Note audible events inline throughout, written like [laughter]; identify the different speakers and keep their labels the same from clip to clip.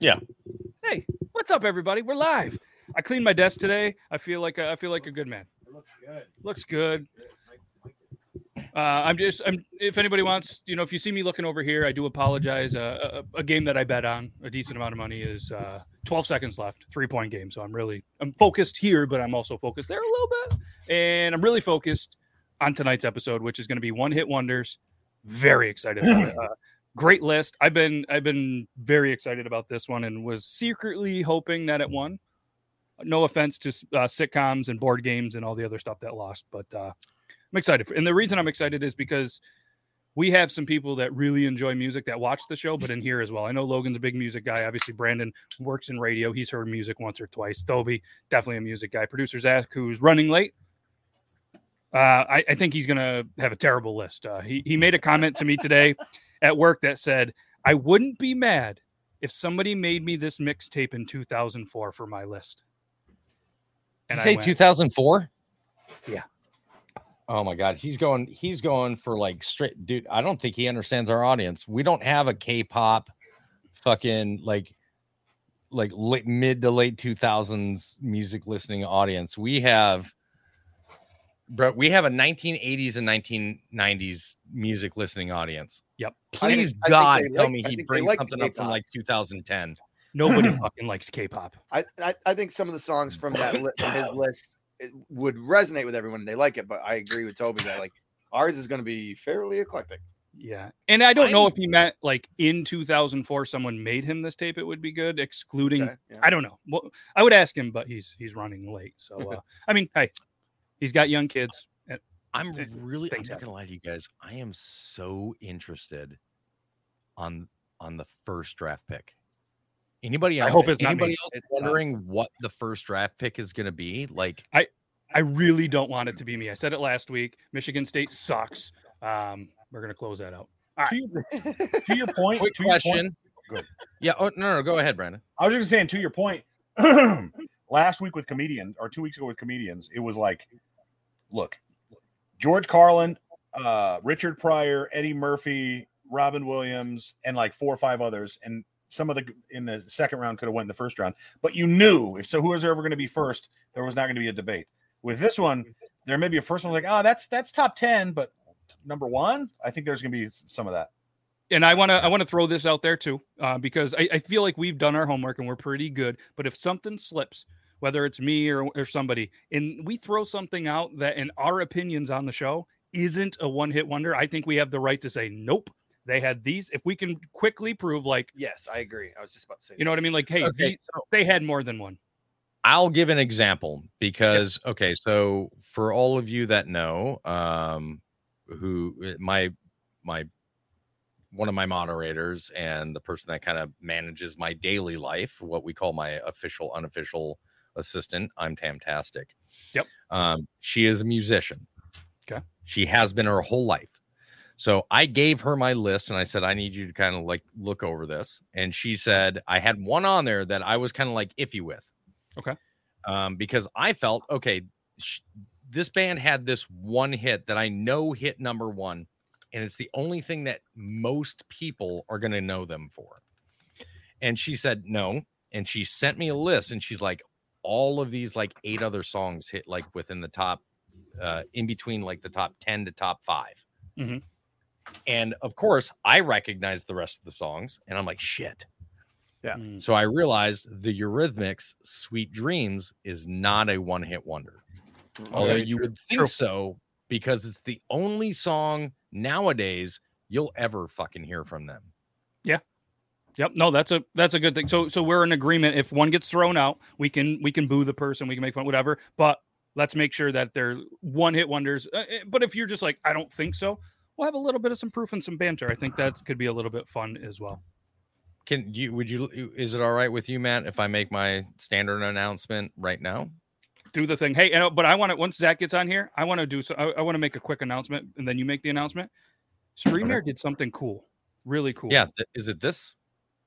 Speaker 1: Yeah.
Speaker 2: Hey, what's up, everybody? We're live. I cleaned my desk today. I feel like I feel like a good man.
Speaker 3: It looks good.
Speaker 2: Looks good.
Speaker 3: Like-
Speaker 2: Uh, I'm just. I'm. If anybody wants, you know, if you see me looking over here, I do apologize. Uh, a, a game that I bet on a decent amount of money is uh, 12 seconds left, three point game. So I'm really I'm focused here, but I'm also focused there a little bit, and I'm really focused on tonight's episode, which is going to be one hit wonders. Very excited.
Speaker 3: [clears throat]
Speaker 2: About it. Uh, great list. I've been I've been very excited about this one, and was secretly hoping that it won. No offense to uh, sitcoms and board games and all the other stuff that lost, but uh, I'm excited. for- And the reason I'm excited is because we have some people that really enjoy music that watch the show, but in here as well. I know Logan's a big music guy. Obviously, Brandon works in radio. He's heard music once or twice. Toby, definitely a music guy. Producer Zach, who's running late. Uh, I, I think he's going to have a terrible list. Uh, he, he made a comment to me today at work that said, I wouldn't be mad if somebody made me this mixtape in 2004 for my list.
Speaker 4: Did
Speaker 2: I
Speaker 4: you say
Speaker 2: went-
Speaker 4: 2004?
Speaker 2: Yeah.
Speaker 4: Oh my God, he's going. He's going for like straight, dude. I don't think he understands our audience. We don't have a K-pop, fucking like, like late, mid to late 2000s music listening audience. We have, bro. We have a 1980s and 1990s music listening audience.
Speaker 2: Yep.
Speaker 3: I think-
Speaker 4: Please
Speaker 3: I think
Speaker 4: God,
Speaker 3: they
Speaker 4: tell
Speaker 3: like- I
Speaker 4: me he
Speaker 3: think they
Speaker 4: brings
Speaker 3: like
Speaker 4: something up from
Speaker 3: K-pop.
Speaker 4: like 2010.
Speaker 2: Nobody
Speaker 4: [clears throat]
Speaker 2: fucking likes K pop.
Speaker 3: I, I I think some of the songs from that li-
Speaker 2: [coughs]
Speaker 3: from his list it would resonate with everyone. They like it, but I agree with Toby that like ours is going to be fairly eclectic.
Speaker 2: Yeah. And I don't know
Speaker 4: I'm-
Speaker 2: if he meant like in 2004 someone made him this tape it would be good excluding
Speaker 3: Okay, yeah.
Speaker 2: I don't know. Well, I would ask him but he's he's running late. So
Speaker 3: [laughs]
Speaker 2: uh, I mean, hey. He's got young kids. and
Speaker 4: I'm
Speaker 2: Th-
Speaker 4: really I'm
Speaker 2: things
Speaker 4: not gonna lie to you guys. I am so interested on on the first draft pick. Anybody
Speaker 2: I
Speaker 4: else?
Speaker 2: hope it's not me.
Speaker 4: anybody else
Speaker 2: It's, uh,
Speaker 4: wondering what the first draft pick is gonna be? Like
Speaker 2: I really don't want it to be me. I said it last week. Michigan State sucks. Um we're going to close that out. All
Speaker 5: to,
Speaker 2: right.
Speaker 5: your, to
Speaker 2: [laughs]
Speaker 5: your point,
Speaker 4: quick
Speaker 5: to your point-
Speaker 4: question.
Speaker 5: Good.
Speaker 4: Yeah, oh no, no, go ahead, Brandon.
Speaker 5: I was just saying to your point. [clears throat] last week with comedians, or two weeks ago with comedians, it was like, look, George Carlin, uh, Richard Pryor, Eddie Murphy, Robin Williams, and like four or five others, and some of the in the second round could have went in the first round, but you knew if so, who was ever going to be first, there was not going to be a debate. With this one, there may be a first one like, oh, that's that's top ten, but number one, I think there's going to be some of that.
Speaker 2: and I want to I want to throw this out there too, uh, because I, I feel like we've done our homework and we're pretty good. But if something slips, whether it's me or or somebody, and we throw something out that in our opinions on the show isn't a one hit wonder, I think we have the right to say nope. They had these. If we can quickly prove, like
Speaker 3: Yes, I agree. I was just about to say.
Speaker 2: you know what I mean, like hey,
Speaker 4: Okay,
Speaker 2: the- they had more than one.
Speaker 4: I'll give an example because okay, so for all of you that know, um, who uh, my my one of my moderators and the person that kind of manages my daily life, what we call my official unofficial assistant, I'm Tamtastic.
Speaker 2: Yep.
Speaker 4: Um, she is a musician.
Speaker 2: Okay.
Speaker 4: She has been her whole life. So I gave her my list and I said, I need you to kind of like look over this. And she said, I had one on there that I was kind of like iffy with um, because I felt okay. Sh- this band had this one hit that I know hit number one, and it's the only thing that most people are going to know them for. And she said no, and she sent me a list, and she's like, all of these like eight other songs hit like within the top, uh, in between like the top ten to top 5
Speaker 2: Mhm.
Speaker 4: And of course, I recognize the rest of the songs, and I'm like, shit.
Speaker 5: Yeah.
Speaker 2: Mm.
Speaker 4: So I realized the Eurythmics Sweet Dreams is not a one hit wonder. Although you would think
Speaker 2: True.
Speaker 4: so because it's the only song nowadays you'll ever fucking hear from them.
Speaker 2: Yep. No, that's a that's a good thing. So so we're in agreement. If one gets thrown out, we can we can boo the person, we can make fun, whatever. But let's make sure that they're one hit wonders. Uh, eh, But if you're just like, I don't think so, we'll have a little bit of some proof and some banter. I think that could be a little bit fun as well.
Speaker 4: Can you would you is it all right with you, Matt, if I make my standard announcement right now?
Speaker 2: Do the thing. Hey, and, uh, but I want to once Zach gets on here, I want to do so. I, I want to make a quick announcement, and then you make the announcement. Streamer did something cool, really cool.
Speaker 4: Yeah, th- is it this?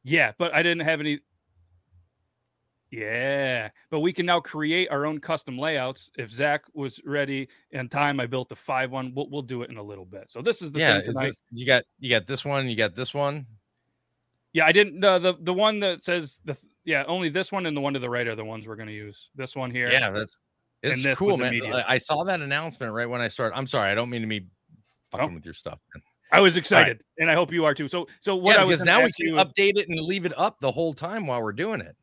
Speaker 2: Yeah, but I didn't have any. Yeah, but we can now create our own custom layouts. If Zach was ready and time, I built a five one. We'll, we'll do it in a little bit. So this is the
Speaker 4: yeah,
Speaker 2: thing
Speaker 4: is
Speaker 2: tonight.
Speaker 4: this, you got you got this one, you got this one.
Speaker 2: Yeah, I didn't. The the, the one that says the yeah, only this one and the one to the right are the ones we're going to use. This one here.
Speaker 4: Yeah, that's it's
Speaker 2: And this
Speaker 4: cool,
Speaker 2: with the
Speaker 4: man.
Speaker 2: media.
Speaker 4: I- I saw that announcement right when I started. I'm sorry, I don't mean to be fucking
Speaker 2: Oh.
Speaker 4: with your stuff. man.
Speaker 2: I was excited, and I hope you are too. So so what
Speaker 4: yeah,
Speaker 2: I was
Speaker 4: because
Speaker 2: gonna
Speaker 4: now we
Speaker 2: ask
Speaker 4: can
Speaker 2: you-
Speaker 4: update it and leave it up the whole time while we're doing it.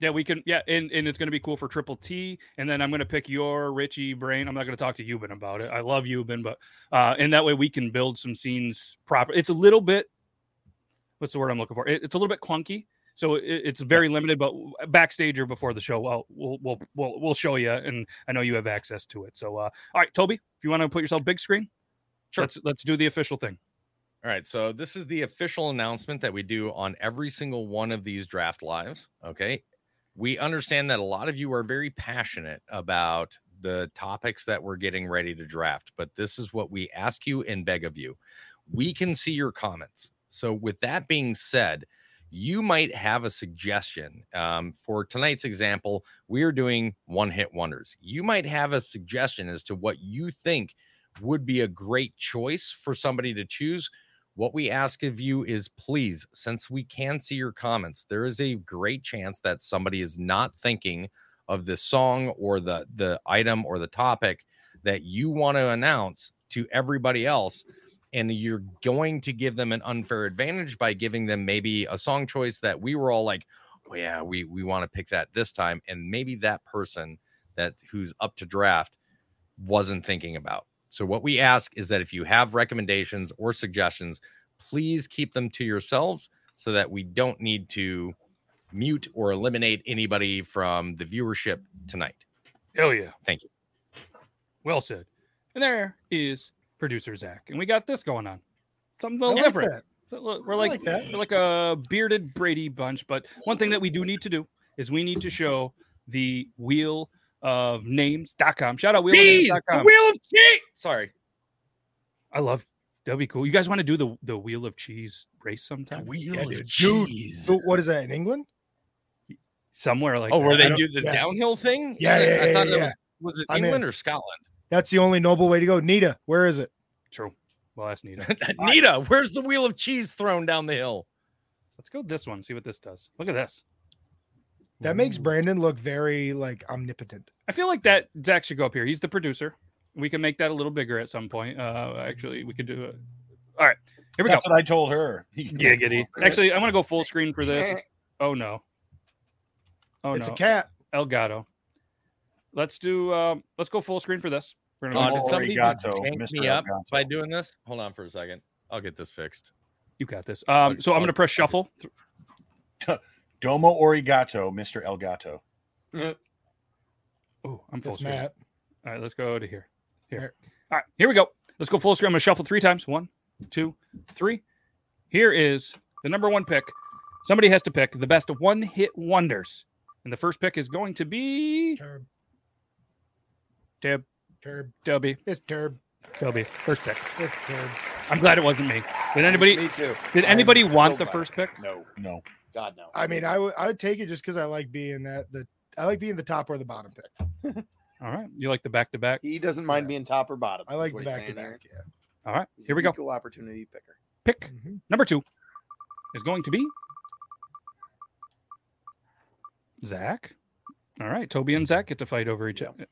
Speaker 2: Yeah, we can. Yeah, and, and it's going to be cool for Triple T. And then I'm going to pick your Richie Brain. I'm not going to talk to Euban about it. I love Euban, but uh, and that way we can build some scenes proper. It's a little bit. What's the word I'm looking for? It- it's a little bit clunky, so it, it's very limited. But backstage or before the show, I'll, we'll we'll we'll we'll show you, and I know you have access to it. So, uh, all right, Toby, if you want to put yourself big screen,
Speaker 4: Sure.
Speaker 2: Let's let's do the official thing.
Speaker 4: All right, so this is the official announcement that we do on every single one of these draft lives. Okay. We understand that a lot of you are very passionate about the topics that we're getting ready to draft, but this is what we ask you and beg of you. We can see your comments. So, with that being said, you might have a suggestion. Um, for tonight's example, we are doing one hit wonders. You might have a suggestion as to what you think would be a great choice for somebody to choose. What we ask of you is please, since we can see your comments, there is a great chance that somebody is not thinking of the song or the the item or the topic that you want to announce to everybody else and you're going to give them an unfair advantage by giving them maybe a song choice that we were all like, "Oh yeah, we we want to pick that this time." And maybe that person that who's up to draft wasn't thinking about. So what we ask is that if you have recommendations or suggestions, please keep them to yourselves so that we don't need to mute or eliminate anybody from the viewership tonight.
Speaker 2: Hell Oh, yeah.
Speaker 4: Thank you.
Speaker 2: Well said. And there is producer Zach. And we got this going on. Something a
Speaker 1: I
Speaker 2: little
Speaker 1: like
Speaker 2: different.
Speaker 1: that.
Speaker 2: So look, we're
Speaker 1: I
Speaker 2: like,
Speaker 1: like that.
Speaker 2: we're like a bearded Brady bunch. But one thing that we do need to do is we need to show the wheel of names.com. Shout out wheel of names.com.
Speaker 4: wheel of cheat. Sorry,
Speaker 2: I love that'd be cool. You guys want to do the, the wheel of cheese race sometime?
Speaker 4: wheel
Speaker 1: Yeah, dude. Dude, So what is that in England?
Speaker 2: Somewhere like
Speaker 4: oh, where
Speaker 2: that.
Speaker 4: they
Speaker 1: don't-
Speaker 4: do the
Speaker 1: yeah.
Speaker 4: downhill thing?
Speaker 1: Yeah,
Speaker 4: I-
Speaker 1: yeah,
Speaker 4: I thought that
Speaker 1: yeah, yeah.
Speaker 4: was was it
Speaker 1: I'm in.
Speaker 4: England or Scotland? [laughs]
Speaker 1: That's the only noble way to go. Nita, where is it?
Speaker 2: True. Well, that's
Speaker 4: [laughs]
Speaker 2: neat.
Speaker 4: Nita, where's the wheel of cheese thrown down the hill?
Speaker 2: Let's go this one. See what this does. Look at this.
Speaker 1: That makes
Speaker 2: Ooh.
Speaker 1: Brandon look very like omnipotent.
Speaker 2: I feel like that Zach should go up here. He's the producer. We can make that a little bigger at some point. Uh, actually, we could do it. All right, here we
Speaker 5: That's
Speaker 2: go.
Speaker 5: what I told her. [laughs]
Speaker 2: Giggity. Actually, I want to go full screen for this. Oh no. Oh
Speaker 1: it's
Speaker 2: no.
Speaker 1: a cat.
Speaker 2: Elgato. Let's do. Um, let's go full screen for this. We're gonna
Speaker 4: Oh,
Speaker 2: watch
Speaker 4: did
Speaker 2: it.
Speaker 5: Lord
Speaker 4: somebody just
Speaker 5: Gato,
Speaker 4: jank
Speaker 5: Mr.
Speaker 4: me up
Speaker 5: Elgato.
Speaker 4: by doing this? Hold on for a second. I'll get this fixed.
Speaker 2: You got this. Um, so I'm gonna press shuffle. Th-
Speaker 5: Domo Origato, Mr. Elgato.
Speaker 2: Oh, I'm full
Speaker 1: That's
Speaker 2: screen.
Speaker 1: Matt.
Speaker 2: All right, let's go to here. Here.
Speaker 1: Here.
Speaker 2: All right, here we go. Let's go full screen. I'm gonna shuffle three times. One, two, three. Here is the number one pick. Somebody has to pick the best one hit wonders. And the first pick is going to be
Speaker 1: Turb.
Speaker 2: Deb
Speaker 1: Turb.
Speaker 2: Dubby.
Speaker 1: It's Turb.
Speaker 2: Dubby. First pick.
Speaker 1: It's Turb.
Speaker 2: I'm glad it wasn't me. Did anybody
Speaker 3: Me too.
Speaker 2: did
Speaker 3: I'm
Speaker 2: anybody want the
Speaker 3: so glad.
Speaker 2: first pick?
Speaker 3: No,
Speaker 5: No.
Speaker 3: God no.
Speaker 1: I mean, I would I would take it just because I like being at the I like being the top or the bottom pick.
Speaker 2: All right. You like the back to back?
Speaker 3: he doesn't mind being top or bottom.
Speaker 1: I
Speaker 3: is
Speaker 1: like
Speaker 3: what
Speaker 1: the
Speaker 3: he's
Speaker 1: back to
Speaker 3: saying
Speaker 1: back. Yeah.
Speaker 2: All right.
Speaker 3: He's
Speaker 2: Here
Speaker 3: an
Speaker 2: we go.
Speaker 3: Equal opportunity picker.
Speaker 2: Pick
Speaker 1: Mhm.
Speaker 2: number two is going to be Zach. All right. Toby and Zach get to fight over each
Speaker 3: Yeah.
Speaker 2: other.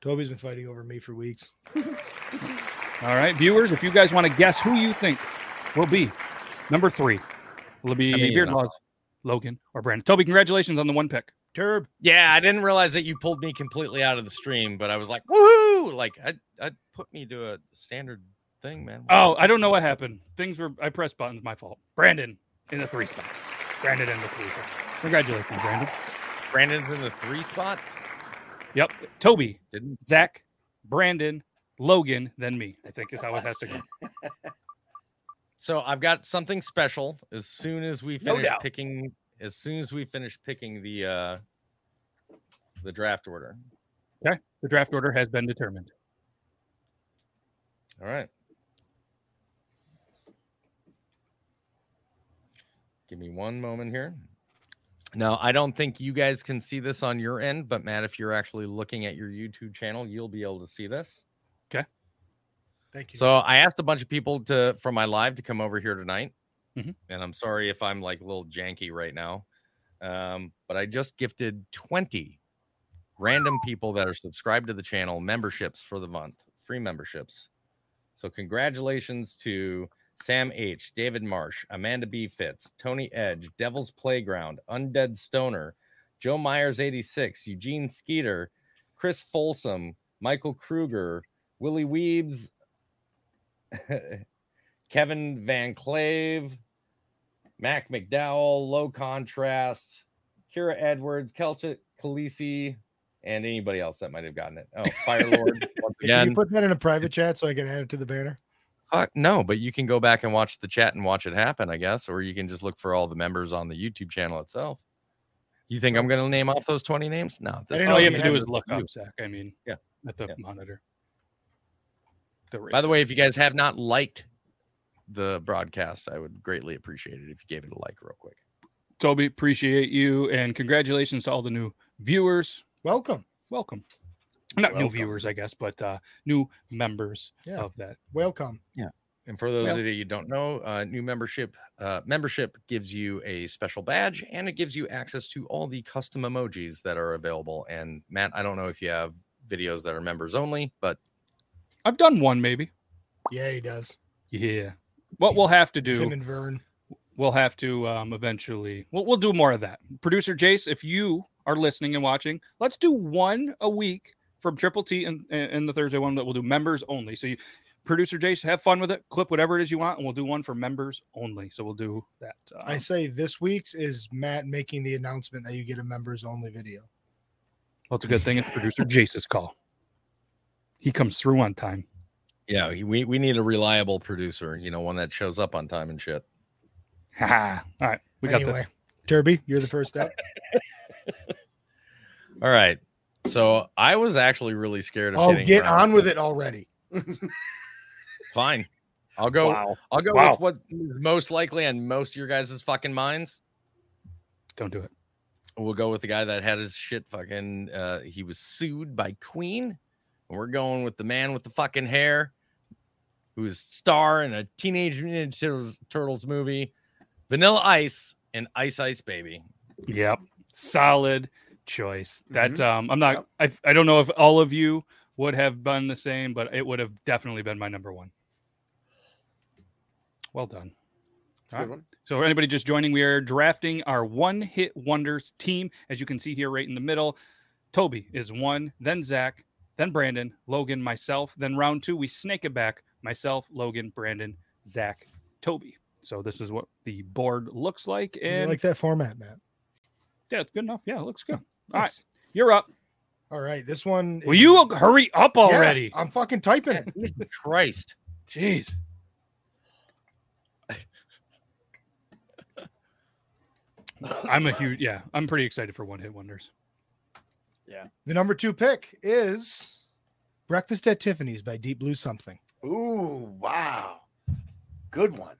Speaker 1: Toby's been fighting over me for weeks.
Speaker 2: All right, viewers, if you guys want to guess who you think will be number three, will it be
Speaker 4: I mean, he's
Speaker 2: Beard
Speaker 4: not
Speaker 2: Laws, Logan, or Brandon? Toby, congratulations on the one pick.
Speaker 1: Turb.
Speaker 4: Yeah, I didn't realize that you pulled me completely out of the stream, but I was like, woohoo! Like I I put me to a standard thing, man.
Speaker 2: Oh, I don't know what happened. Things were I pressed buttons, my fault. Brandon in the three spot. Brandon in the three spot. Congratulations, Brandon.
Speaker 4: Brandon's in the three spot.
Speaker 2: Yep. Toby,
Speaker 4: Didn't
Speaker 2: Zach, Brandon, Logan, then me. I think is how it has to go.
Speaker 4: so I've got something special as soon as we
Speaker 3: No
Speaker 4: finish
Speaker 3: doubt.
Speaker 4: picking as soon as we finish picking the uh the draft order.
Speaker 2: The draft order has been determined.
Speaker 4: All right. Give me one moment here. Now, I don't think you guys can see this on your end, but Matt, if you're actually looking at your YouTube channel, you'll be able to see this.
Speaker 1: Thank you.
Speaker 4: So I asked a bunch of people to from my live to come over here tonight,
Speaker 2: Mhm.
Speaker 4: and I'm sorry if I'm like a little janky right now, um, but I just gifted 20 random people that are subscribed to the channel memberships for the month, free memberships. So congratulations to Sam H, David Marsh, Amanda B Fitz, Tony Edge, Devil's Playground, Undead Stoner, Joe Myers 86, Eugene Skeeter, Chris Folsom, Michael Kruger, Willie Weebs, [laughs] Kevin Van Clave, Mac McDowell, Low Contrast, Kira Edwards, Kelcha Khaleesi, and anybody else that might have gotten it. Oh, Fire [laughs] Lord once
Speaker 1: Can you
Speaker 4: again.
Speaker 1: put that in a private chat so I can add it to the banner?
Speaker 4: Fuck, no, but you can go back and watch the chat and watch it happen, I guess, or you can just look for all the members on the YouTube channel itself. You think I'm going to name off those 20 names? No. this
Speaker 1: didn't
Speaker 4: is
Speaker 1: know
Speaker 2: all you
Speaker 1: you
Speaker 2: have to do
Speaker 1: had
Speaker 2: is
Speaker 4: this
Speaker 2: look
Speaker 4: you.
Speaker 2: up, Zach. I mean,
Speaker 4: Yeah.
Speaker 2: at the
Speaker 4: Yeah.
Speaker 2: monitor. The
Speaker 4: By the
Speaker 2: rate.
Speaker 4: way, if you guys have not liked the broadcast, I would greatly appreciate it if you gave it a like real quick.
Speaker 2: Toby, appreciate you and congratulations to all the new viewers.
Speaker 1: Welcome,
Speaker 2: Welcome. Not new
Speaker 4: Welcome.
Speaker 2: viewers, I guess, but uh, new members
Speaker 1: Yeah.
Speaker 2: of that.
Speaker 1: welcome.
Speaker 4: And for those
Speaker 2: Well-
Speaker 4: of you who don't know, uh, new membership uh, membership gives you a special badge and it gives you access to all the custom emojis that are available. And Matt, I don't know if you have videos that are members only, but
Speaker 2: I've done one, maybe.
Speaker 1: Yeah, he does.
Speaker 2: Yeah. What we'll have to do.
Speaker 1: Tim and Vern.
Speaker 2: we'll have to um, eventually we'll, we'll do more of that producer jace if you are listening and watching let's do one a week from triple t and, and and the thursday one that we'll do members only so you producer jace have fun with it clip whatever it is you want and we'll do one for members only so we'll do that uh,
Speaker 1: I say this week's is Matt making the announcement that you get a members only video.
Speaker 2: well it's a good thing it's producer jace's call he comes through on time [laughs]
Speaker 4: yeah, we, we need a reliable producer, you know, one that shows up on time and shit.
Speaker 2: all right we got
Speaker 1: anyway, Derby, you're the first up.
Speaker 4: All right. So I was actually really scared of
Speaker 1: oh,
Speaker 4: getting
Speaker 1: get
Speaker 4: round
Speaker 1: on with
Speaker 4: two.
Speaker 1: it already.
Speaker 4: Fine. I'll
Speaker 2: that
Speaker 4: go
Speaker 2: wow
Speaker 4: I'll go
Speaker 2: Wow.
Speaker 4: with what is most likely on most of your guys' fucking minds.
Speaker 2: don't do it
Speaker 4: We'll go with the guy that had his shit fucking uh he was sued by Queen. And we're going with the man with the fucking hair who is star in a teenage Mutant Ninja Turtles, Turtles movie, Vanilla Ice and Ice Ice Baby.
Speaker 2: Yep. Solid choice. That
Speaker 3: Mhm.
Speaker 2: um I'm not I I don't know if all of you would have done the same, but it would have definitely been my number one. Well done.
Speaker 3: It's a good one.
Speaker 2: So, for anybody just joining, we are drafting our one hit wonders team. As you can see here, right in the middle, Toby is one, then Zach, then Brandon, Logan, myself. Then round two, we snake it back myself, Logan, Brandon, Zach, Toby. So, this is what the board looks like.
Speaker 1: And you
Speaker 2: And
Speaker 1: like that format, Matt.
Speaker 2: yeah, it's good enough. Yeah, it looks good. All right,
Speaker 1: Nice.
Speaker 2: you're up.
Speaker 1: All right. This one.
Speaker 2: Will
Speaker 1: is-
Speaker 2: you hurry up
Speaker 1: Yeah, Uh,
Speaker 2: already?
Speaker 1: I'm fucking typing it.
Speaker 4: Christ.
Speaker 2: Jeez.
Speaker 1: [laughs]
Speaker 2: I'm a huge yeah. I'm pretty excited for one hit wonders.
Speaker 1: The number two pick is Breakfast at Tiffany's by Deep Blue Something.
Speaker 3: Ooh, wow. Good one.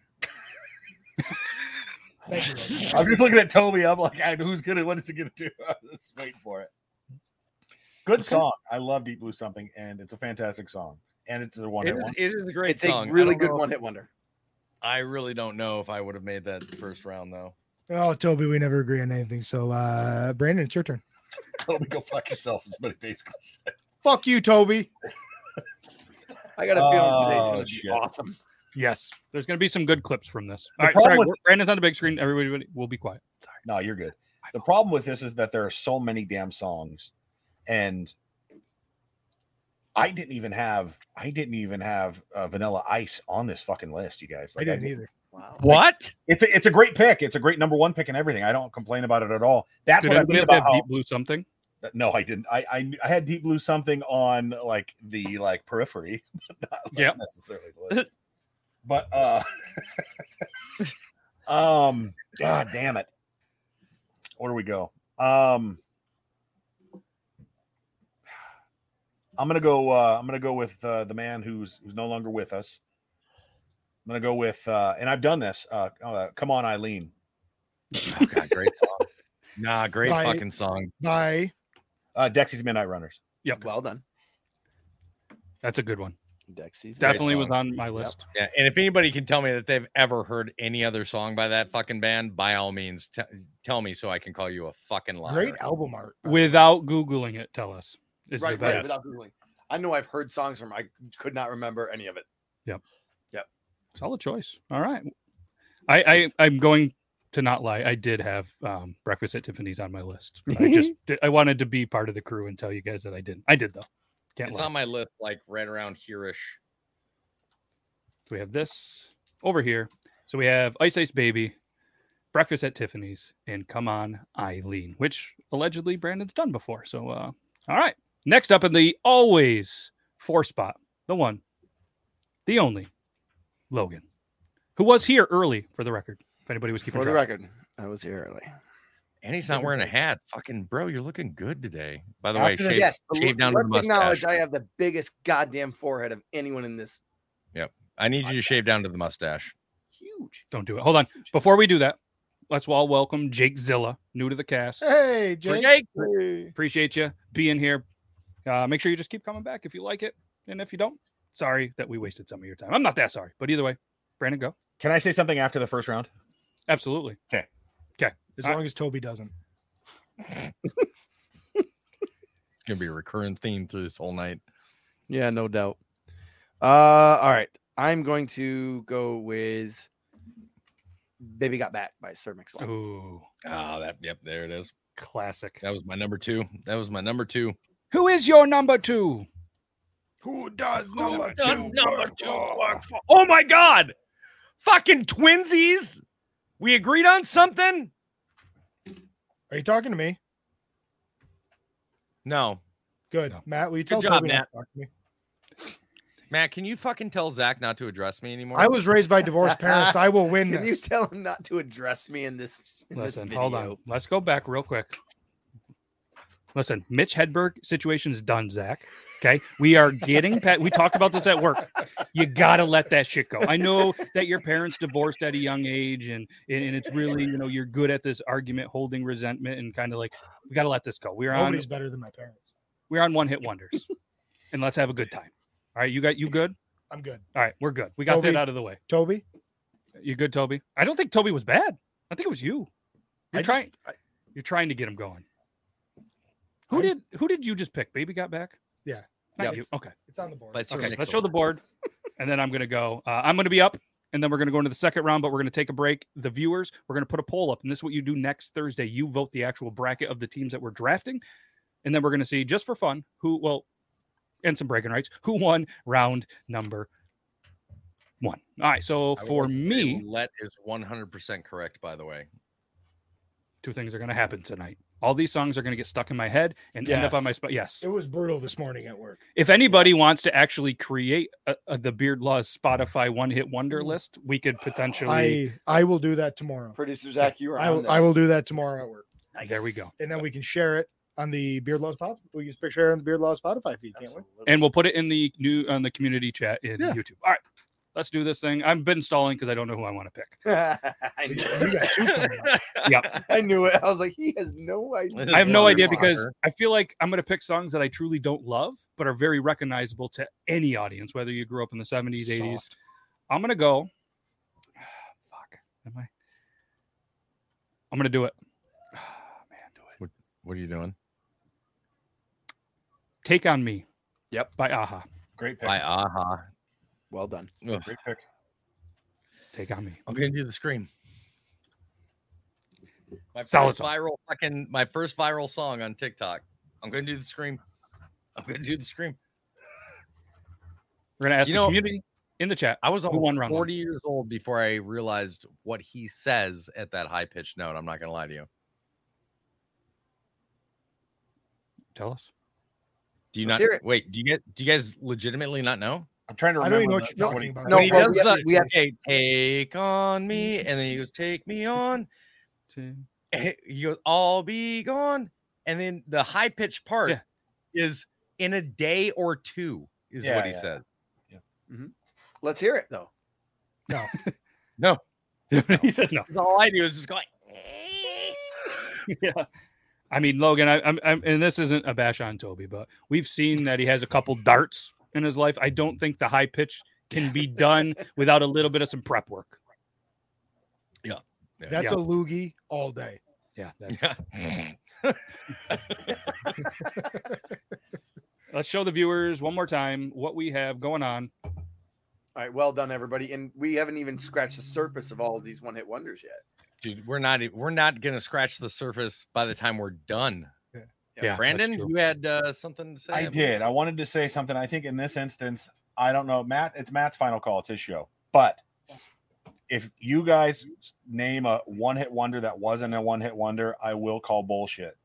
Speaker 1: Thank you, Logan.
Speaker 5: I'm just looking at Toby. I'm like, I, who's gonna? What is it gonna do? [laughs] I'm just waiting for it. Good song. I love Deep Blue Something, and it's a fantastic song. And it's a one
Speaker 4: It
Speaker 5: hit
Speaker 4: is,
Speaker 5: one.
Speaker 4: it is a great
Speaker 3: It's
Speaker 4: song.
Speaker 3: a
Speaker 4: I
Speaker 3: really
Speaker 4: don't
Speaker 3: good
Speaker 4: know if-
Speaker 3: one hit wonder.
Speaker 4: I really don't know if I would have made that first round though.
Speaker 1: Oh, Toby, we never agree on anything. So, uh, Brandon, it's your turn.
Speaker 5: Toby, go fuck yourself. Is what it basically said.
Speaker 1: Fuck you, Toby.
Speaker 3: I got a feeling today's
Speaker 5: Oh,
Speaker 3: going to be
Speaker 5: shit.
Speaker 3: awesome.
Speaker 2: Yes. There's gonna be some good clips from this.
Speaker 5: The
Speaker 2: All right, sorry,
Speaker 5: problem with-
Speaker 2: we're- Brandon's on the big screen. Everybody will be quiet.
Speaker 5: No, you're good. The problem with this is that there are so many damn songs, and I didn't even have I didn't even have uh, Vanilla Ice on this fucking list, you guys.
Speaker 1: I
Speaker 5: Like,
Speaker 1: didn't either.
Speaker 3: Wow.
Speaker 4: What?
Speaker 5: It's a, it's a great pick. It's a great number one pick and everything. I don't complain about it at all. That's
Speaker 2: Did
Speaker 5: what I
Speaker 2: anybody
Speaker 5: mean
Speaker 2: have to
Speaker 5: about
Speaker 2: have
Speaker 5: how
Speaker 2: deep blue something?
Speaker 5: No, I didn't. I, I I had Deep Blue something on like the like periphery, [laughs] but not like,
Speaker 2: Yep.
Speaker 5: necessarily. the list. but uh, [laughs] um, god damn it, where do we go? Um, I'm gonna go. Uh, I'm gonna go with uh, the man who's who's no longer with us. I'm gonna go with, uh, and I've done this. Uh, uh, come on, Eileen.
Speaker 4: Oh god, great song. Nah, great
Speaker 1: Right.
Speaker 4: fucking song.
Speaker 1: By
Speaker 5: Uh, Dexy's Midnight Runners.
Speaker 2: Yep.
Speaker 3: Well done.
Speaker 2: That's a good one.
Speaker 3: Deck season.
Speaker 2: Definitely was
Speaker 3: song.
Speaker 2: on my list.
Speaker 4: Yeah, and if anybody can tell me that they've ever heard any other song by that fucking band, by all means, t- tell me so I can call you a fucking liar.
Speaker 1: Great album art. by the way.
Speaker 2: Without googling it, tell us. Is the
Speaker 3: right, right.
Speaker 2: best.
Speaker 3: Without Googling. I know I've heard songs from. I could not remember any of it.
Speaker 2: Solid choice. All right. I, I I'm going to not lie. I did have um, breakfast at Tiffany's on my list. I
Speaker 5: [laughs]
Speaker 2: just did, I wanted to be part of the crew and tell you guys that I didn't. I did though. Can't
Speaker 4: It's
Speaker 2: lie.
Speaker 4: on my list, like right around here-ish.
Speaker 2: So we have this over here. So we have Ice Ice Baby, Breakfast at Tiffany's, and Come On Eileen, which allegedly Brandon's done before. So, uh, all right. Next up in the always four spot, the one, the only, Logan, who was here early for the record. If anybody was keeping
Speaker 3: For the
Speaker 2: track.
Speaker 3: record, I was here early.
Speaker 4: And he's not wearing a hat. Fucking bro, you're looking good today. By the way,
Speaker 5: After this-
Speaker 4: shave,
Speaker 3: yes, but
Speaker 4: shave
Speaker 3: let-
Speaker 4: down to the
Speaker 3: let's acknowledge
Speaker 4: mustache.
Speaker 3: I have the biggest goddamn forehead of anyone in this.
Speaker 4: I need you to shave down to the mustache.
Speaker 3: Huge.
Speaker 2: Don't do it. Hold on. Before we do that, let's all welcome Jake Zilla, new to the cast.
Speaker 1: Hey, Jake.
Speaker 2: appreciate you being here. Uh, make sure you just keep coming back if you like it, and if you don't, sorry that we wasted some of your time. I'm not that sorry, but either way, Brandon, go.
Speaker 5: Can I say something after the first round?
Speaker 2: Absolutely.
Speaker 1: As
Speaker 2: I-
Speaker 1: long as Toby doesn't.
Speaker 4: It's gonna be a recurring theme through this whole night.
Speaker 3: Yeah, no doubt. Uh, all right. I'm going to go with "Baby Got Back" by Sir Mix-a-Lot.
Speaker 2: Ooh,
Speaker 4: Ah, that yep, there it is.
Speaker 2: classic.
Speaker 4: That was my number two. That was my number two.
Speaker 2: Who is your number two?
Speaker 1: Who does number
Speaker 4: Does number two work for- Oh my god! Fucking twinsies! We agreed on something?
Speaker 1: Are you talking to me?
Speaker 4: No.
Speaker 1: Good.
Speaker 2: No.
Speaker 1: Matt, will you tell
Speaker 4: job,
Speaker 1: Toby not
Speaker 4: Matt.
Speaker 1: to talk to me?
Speaker 4: Matt, can you fucking tell Zach not to address me anymore?
Speaker 1: I was raised by divorced parents. I will win
Speaker 3: [laughs] Can you
Speaker 1: this.
Speaker 3: tell him not to address me in this? In
Speaker 2: Listen,
Speaker 3: this
Speaker 2: hold on.
Speaker 3: video?
Speaker 2: Let's go back real quick. Listen, Mitch Hedberg situation's done, Zach. Okay. We are getting pet. We talked about this at work. You gotta let that shit go. I know that your parents divorced at a young age and and, and it's really, you know, you're good at this argument, holding resentment and kind of like we gotta let this go. We're on
Speaker 1: Nobody's better than my parents.
Speaker 2: we're on one hit wonders. and let's have a good time. All right, you got you good?
Speaker 1: I'm good.
Speaker 2: All right, we're good. We got
Speaker 1: Toby.
Speaker 2: that out of the way.
Speaker 1: Toby,
Speaker 2: You good, Toby? I don't think Toby was bad. I think it was you. You're
Speaker 1: I just-
Speaker 2: trying
Speaker 1: I-
Speaker 2: you're trying to get him going. Who
Speaker 1: I'm-
Speaker 2: did who did you just pick? Baby got back?
Speaker 1: Yeah.
Speaker 4: Yeah,
Speaker 2: Not you.
Speaker 4: it's-
Speaker 2: Okay.
Speaker 1: it's on the board.
Speaker 4: Let's- Sir
Speaker 2: Okay. Let's
Speaker 4: Mix-a-Lot.
Speaker 2: show the board. And then I'm gonna go. Uh, I'm gonna be up and then we're gonna go into the second round, but we're gonna take a break. The viewers, we're gonna put a poll up, and this is what you do next Thursday. You vote the actual bracket of the teams that we're drafting, and then we're gonna see just for fun who well and some breaking rights, who won round number one. All right, so
Speaker 4: I would
Speaker 2: for
Speaker 4: like to say
Speaker 2: me.
Speaker 4: Let is 100% correct, by the way.
Speaker 2: two things are going to happen tonight. All these songs are going to get stuck in my head and end up on
Speaker 3: Yes.
Speaker 2: my spot. Yes.
Speaker 1: It was brutal this morning at work.
Speaker 2: If anybody wants to actually create a, a, the Beard Laws Spotify one hit wonder list, we could potentially.
Speaker 1: Mm. I I will do that tomorrow.
Speaker 3: Producer Zach, you are.
Speaker 1: I
Speaker 3: on
Speaker 1: will,
Speaker 3: this.
Speaker 1: I will do that tomorrow at work,
Speaker 2: There we go.
Speaker 1: and then we can share it on the Beard Laws Pod. We can share it on the Beard Laws Spotify feed. Can't we?
Speaker 3: Absolutely.
Speaker 2: And we'll put it in the new on the community chat in
Speaker 1: Yeah.
Speaker 2: YouTube. All right. Let's do this thing. I've been stalling because I don't know who I want to pick.
Speaker 3: [laughs] I knew
Speaker 1: You
Speaker 3: it.
Speaker 1: [laughs] got two. coming up.
Speaker 3: I knew it. I was like, he has no idea.
Speaker 4: This
Speaker 2: I have
Speaker 4: is
Speaker 2: no
Speaker 4: one
Speaker 2: idea because
Speaker 4: blocker.
Speaker 2: I feel like I'm going to pick songs that I truly don't love, but are very recognizable to any audience, whether you grew up in the 70s, 80s.
Speaker 1: Soft.
Speaker 2: I'm going to go. [sighs] Fuck. Am I? I'm going to do it. [sighs] Man, do it.
Speaker 4: What are you doing?
Speaker 2: Take on Me.
Speaker 3: Yep.
Speaker 2: By Aha.
Speaker 5: Great pick.
Speaker 4: By aha.
Speaker 3: Well done.
Speaker 5: Great pick.
Speaker 2: Take on Me.
Speaker 4: I'm gonna do the scream. My first
Speaker 2: Solid song.
Speaker 4: viral fucking my first viral song on TikTok. I'm gonna do the scream. I'm gonna do the scream.
Speaker 2: We're going to ask
Speaker 4: You
Speaker 2: the
Speaker 4: know-
Speaker 2: community in the chat.
Speaker 4: I was
Speaker 2: Who won
Speaker 4: almost
Speaker 2: round
Speaker 4: 40 years old before I realized what he says at that high pitched note. I'm not gonna lie to you.
Speaker 2: Tell us.
Speaker 4: Do you
Speaker 3: Let's
Speaker 4: not
Speaker 3: hear it.
Speaker 4: wait? Do you get do you guys legitimately not know?
Speaker 5: I'm trying to
Speaker 1: I
Speaker 5: remember.
Speaker 1: don't even know what
Speaker 5: the-
Speaker 1: you're
Speaker 5: he-
Speaker 1: talking about.
Speaker 3: No,
Speaker 4: When he
Speaker 3: well, we
Speaker 4: does
Speaker 3: have-
Speaker 4: that,
Speaker 3: we have-
Speaker 4: okay, take on me, and then he goes, Take me on. [laughs] He goes, I'll be gone. And then the high pitched part
Speaker 2: Yeah.
Speaker 4: is in a day or two, is
Speaker 5: Yeah,
Speaker 4: what he
Speaker 5: yeah.
Speaker 4: says.
Speaker 3: Let's hear it though.
Speaker 4: No,
Speaker 2: [laughs] he said
Speaker 4: [laughs]
Speaker 2: no.
Speaker 4: all I do is just go like,
Speaker 2: yeah. I mean, Logan, I, I'm, I'm, and this isn't a bash on Toby, but we've seen that he has a couple darts in his life. I don't think the high pitch can be done without a little bit of some prep work.
Speaker 4: Yeah.
Speaker 1: That's
Speaker 2: Yeah.
Speaker 1: a loogie all day.
Speaker 2: Yeah,
Speaker 4: [laughs]
Speaker 2: that's,
Speaker 4: Yeah.
Speaker 2: let's show the viewers one more time what we have going on.
Speaker 3: All right, well done, everybody. And we haven't even scratched the surface of all of these one hit wonders yet.
Speaker 4: Dude, we're not e, we're not gonna scratch the surface by the time we're done.
Speaker 3: Yeah,
Speaker 2: that's
Speaker 4: Brandon,
Speaker 2: true.
Speaker 4: you had uh, something to say.
Speaker 5: I did. I wanted to say something. I think in this instance, I don't know, Matt. It's Matt's final call. It's his show. But if you guys name a one-hit wonder that wasn't a one-hit wonder, I will call bullshit.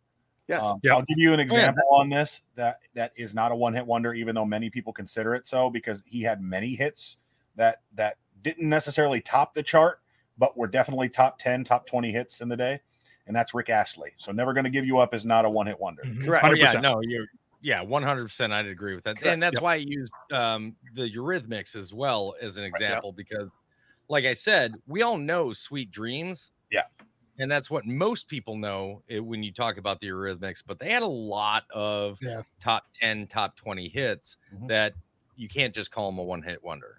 Speaker 3: Yes.
Speaker 5: Um,
Speaker 2: Yeah.
Speaker 5: I'll give you an example on this that that is not a one-hit wonder, even though many people consider it so, because he had many hits that that didn't necessarily top the chart, but were definitely top ten, top twenty hits in the day, and that's Rick Ashley. So "Never Going to Give You Up" is not a one-hit wonder.
Speaker 1: Hmm. Mhm.
Speaker 2: Mm-hmm.
Speaker 3: Correct.
Speaker 4: Oh, yeah,
Speaker 2: 100%.
Speaker 4: no, you're yeah, one hundred percent. I'd agree with that,
Speaker 3: Correct.
Speaker 4: and that's
Speaker 2: Yep.
Speaker 4: why I used um, the Eurythmics as well as an
Speaker 5: yep.
Speaker 4: example because, like I said, we all know "Sweet Dreams."
Speaker 5: Yeah.
Speaker 4: and that's what most people know eh, when you talk about the Eurythmics. But they had a lot of
Speaker 1: Yeah.
Speaker 4: top ten, top twenty hits
Speaker 5: Mhm.
Speaker 4: that you can't just call them a one-hit wonder.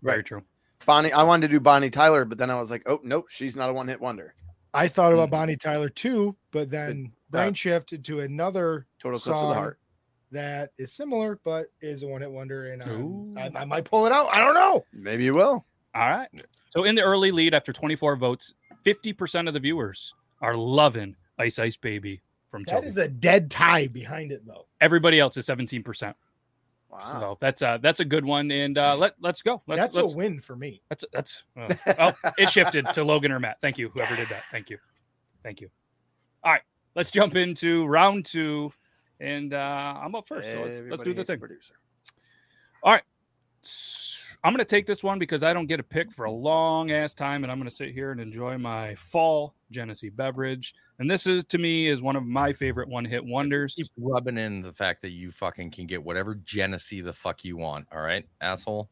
Speaker 2: Very
Speaker 3: Right.
Speaker 2: true.
Speaker 3: Bonnie, I wanted to do Bonnie Tyler, but then I was like, oh, nope, she's not a one hit wonder.
Speaker 1: I thought about
Speaker 2: Mm-hmm.
Speaker 4: Mhm.
Speaker 1: Bonnie Tyler too, but then brain shift into another
Speaker 3: Total clips of
Speaker 1: song
Speaker 3: the heart.
Speaker 1: that is similar, but is a one hit wonder. And um,
Speaker 2: Ooh.
Speaker 1: I, I might pull it out. I don't know.
Speaker 3: Maybe you will.
Speaker 2: All right. So in the early lead after 24 votes, 50% of the viewers are loving Ice Ice Baby from
Speaker 1: That
Speaker 2: Toby.
Speaker 1: is a dead tie behind it, though.
Speaker 2: Everybody else is 17%.
Speaker 3: Wow.
Speaker 2: So that's uh that's a good one and uh let let's go. Let's
Speaker 1: That's
Speaker 2: let's
Speaker 1: a win for me.
Speaker 2: That's that's oh, oh, it shifted to Logan or Matt. Thank you, whoever did that. Thank you, thank you. All right, let's jump into round two, and uh, I'm up first. So let's, let's
Speaker 3: Everybody
Speaker 2: do the
Speaker 3: hates a
Speaker 2: thing.
Speaker 3: Producer.
Speaker 2: S- I'm gonna take this one because I don't get a pick for a long ass time, and I'm gonna sit here and enjoy my fall Genesee beverage. And this is to me is one of my favorite one hit wonders.
Speaker 4: Keep rubbing in the fact that you fucking can get whatever Genesee the fuck you want. All right, asshole.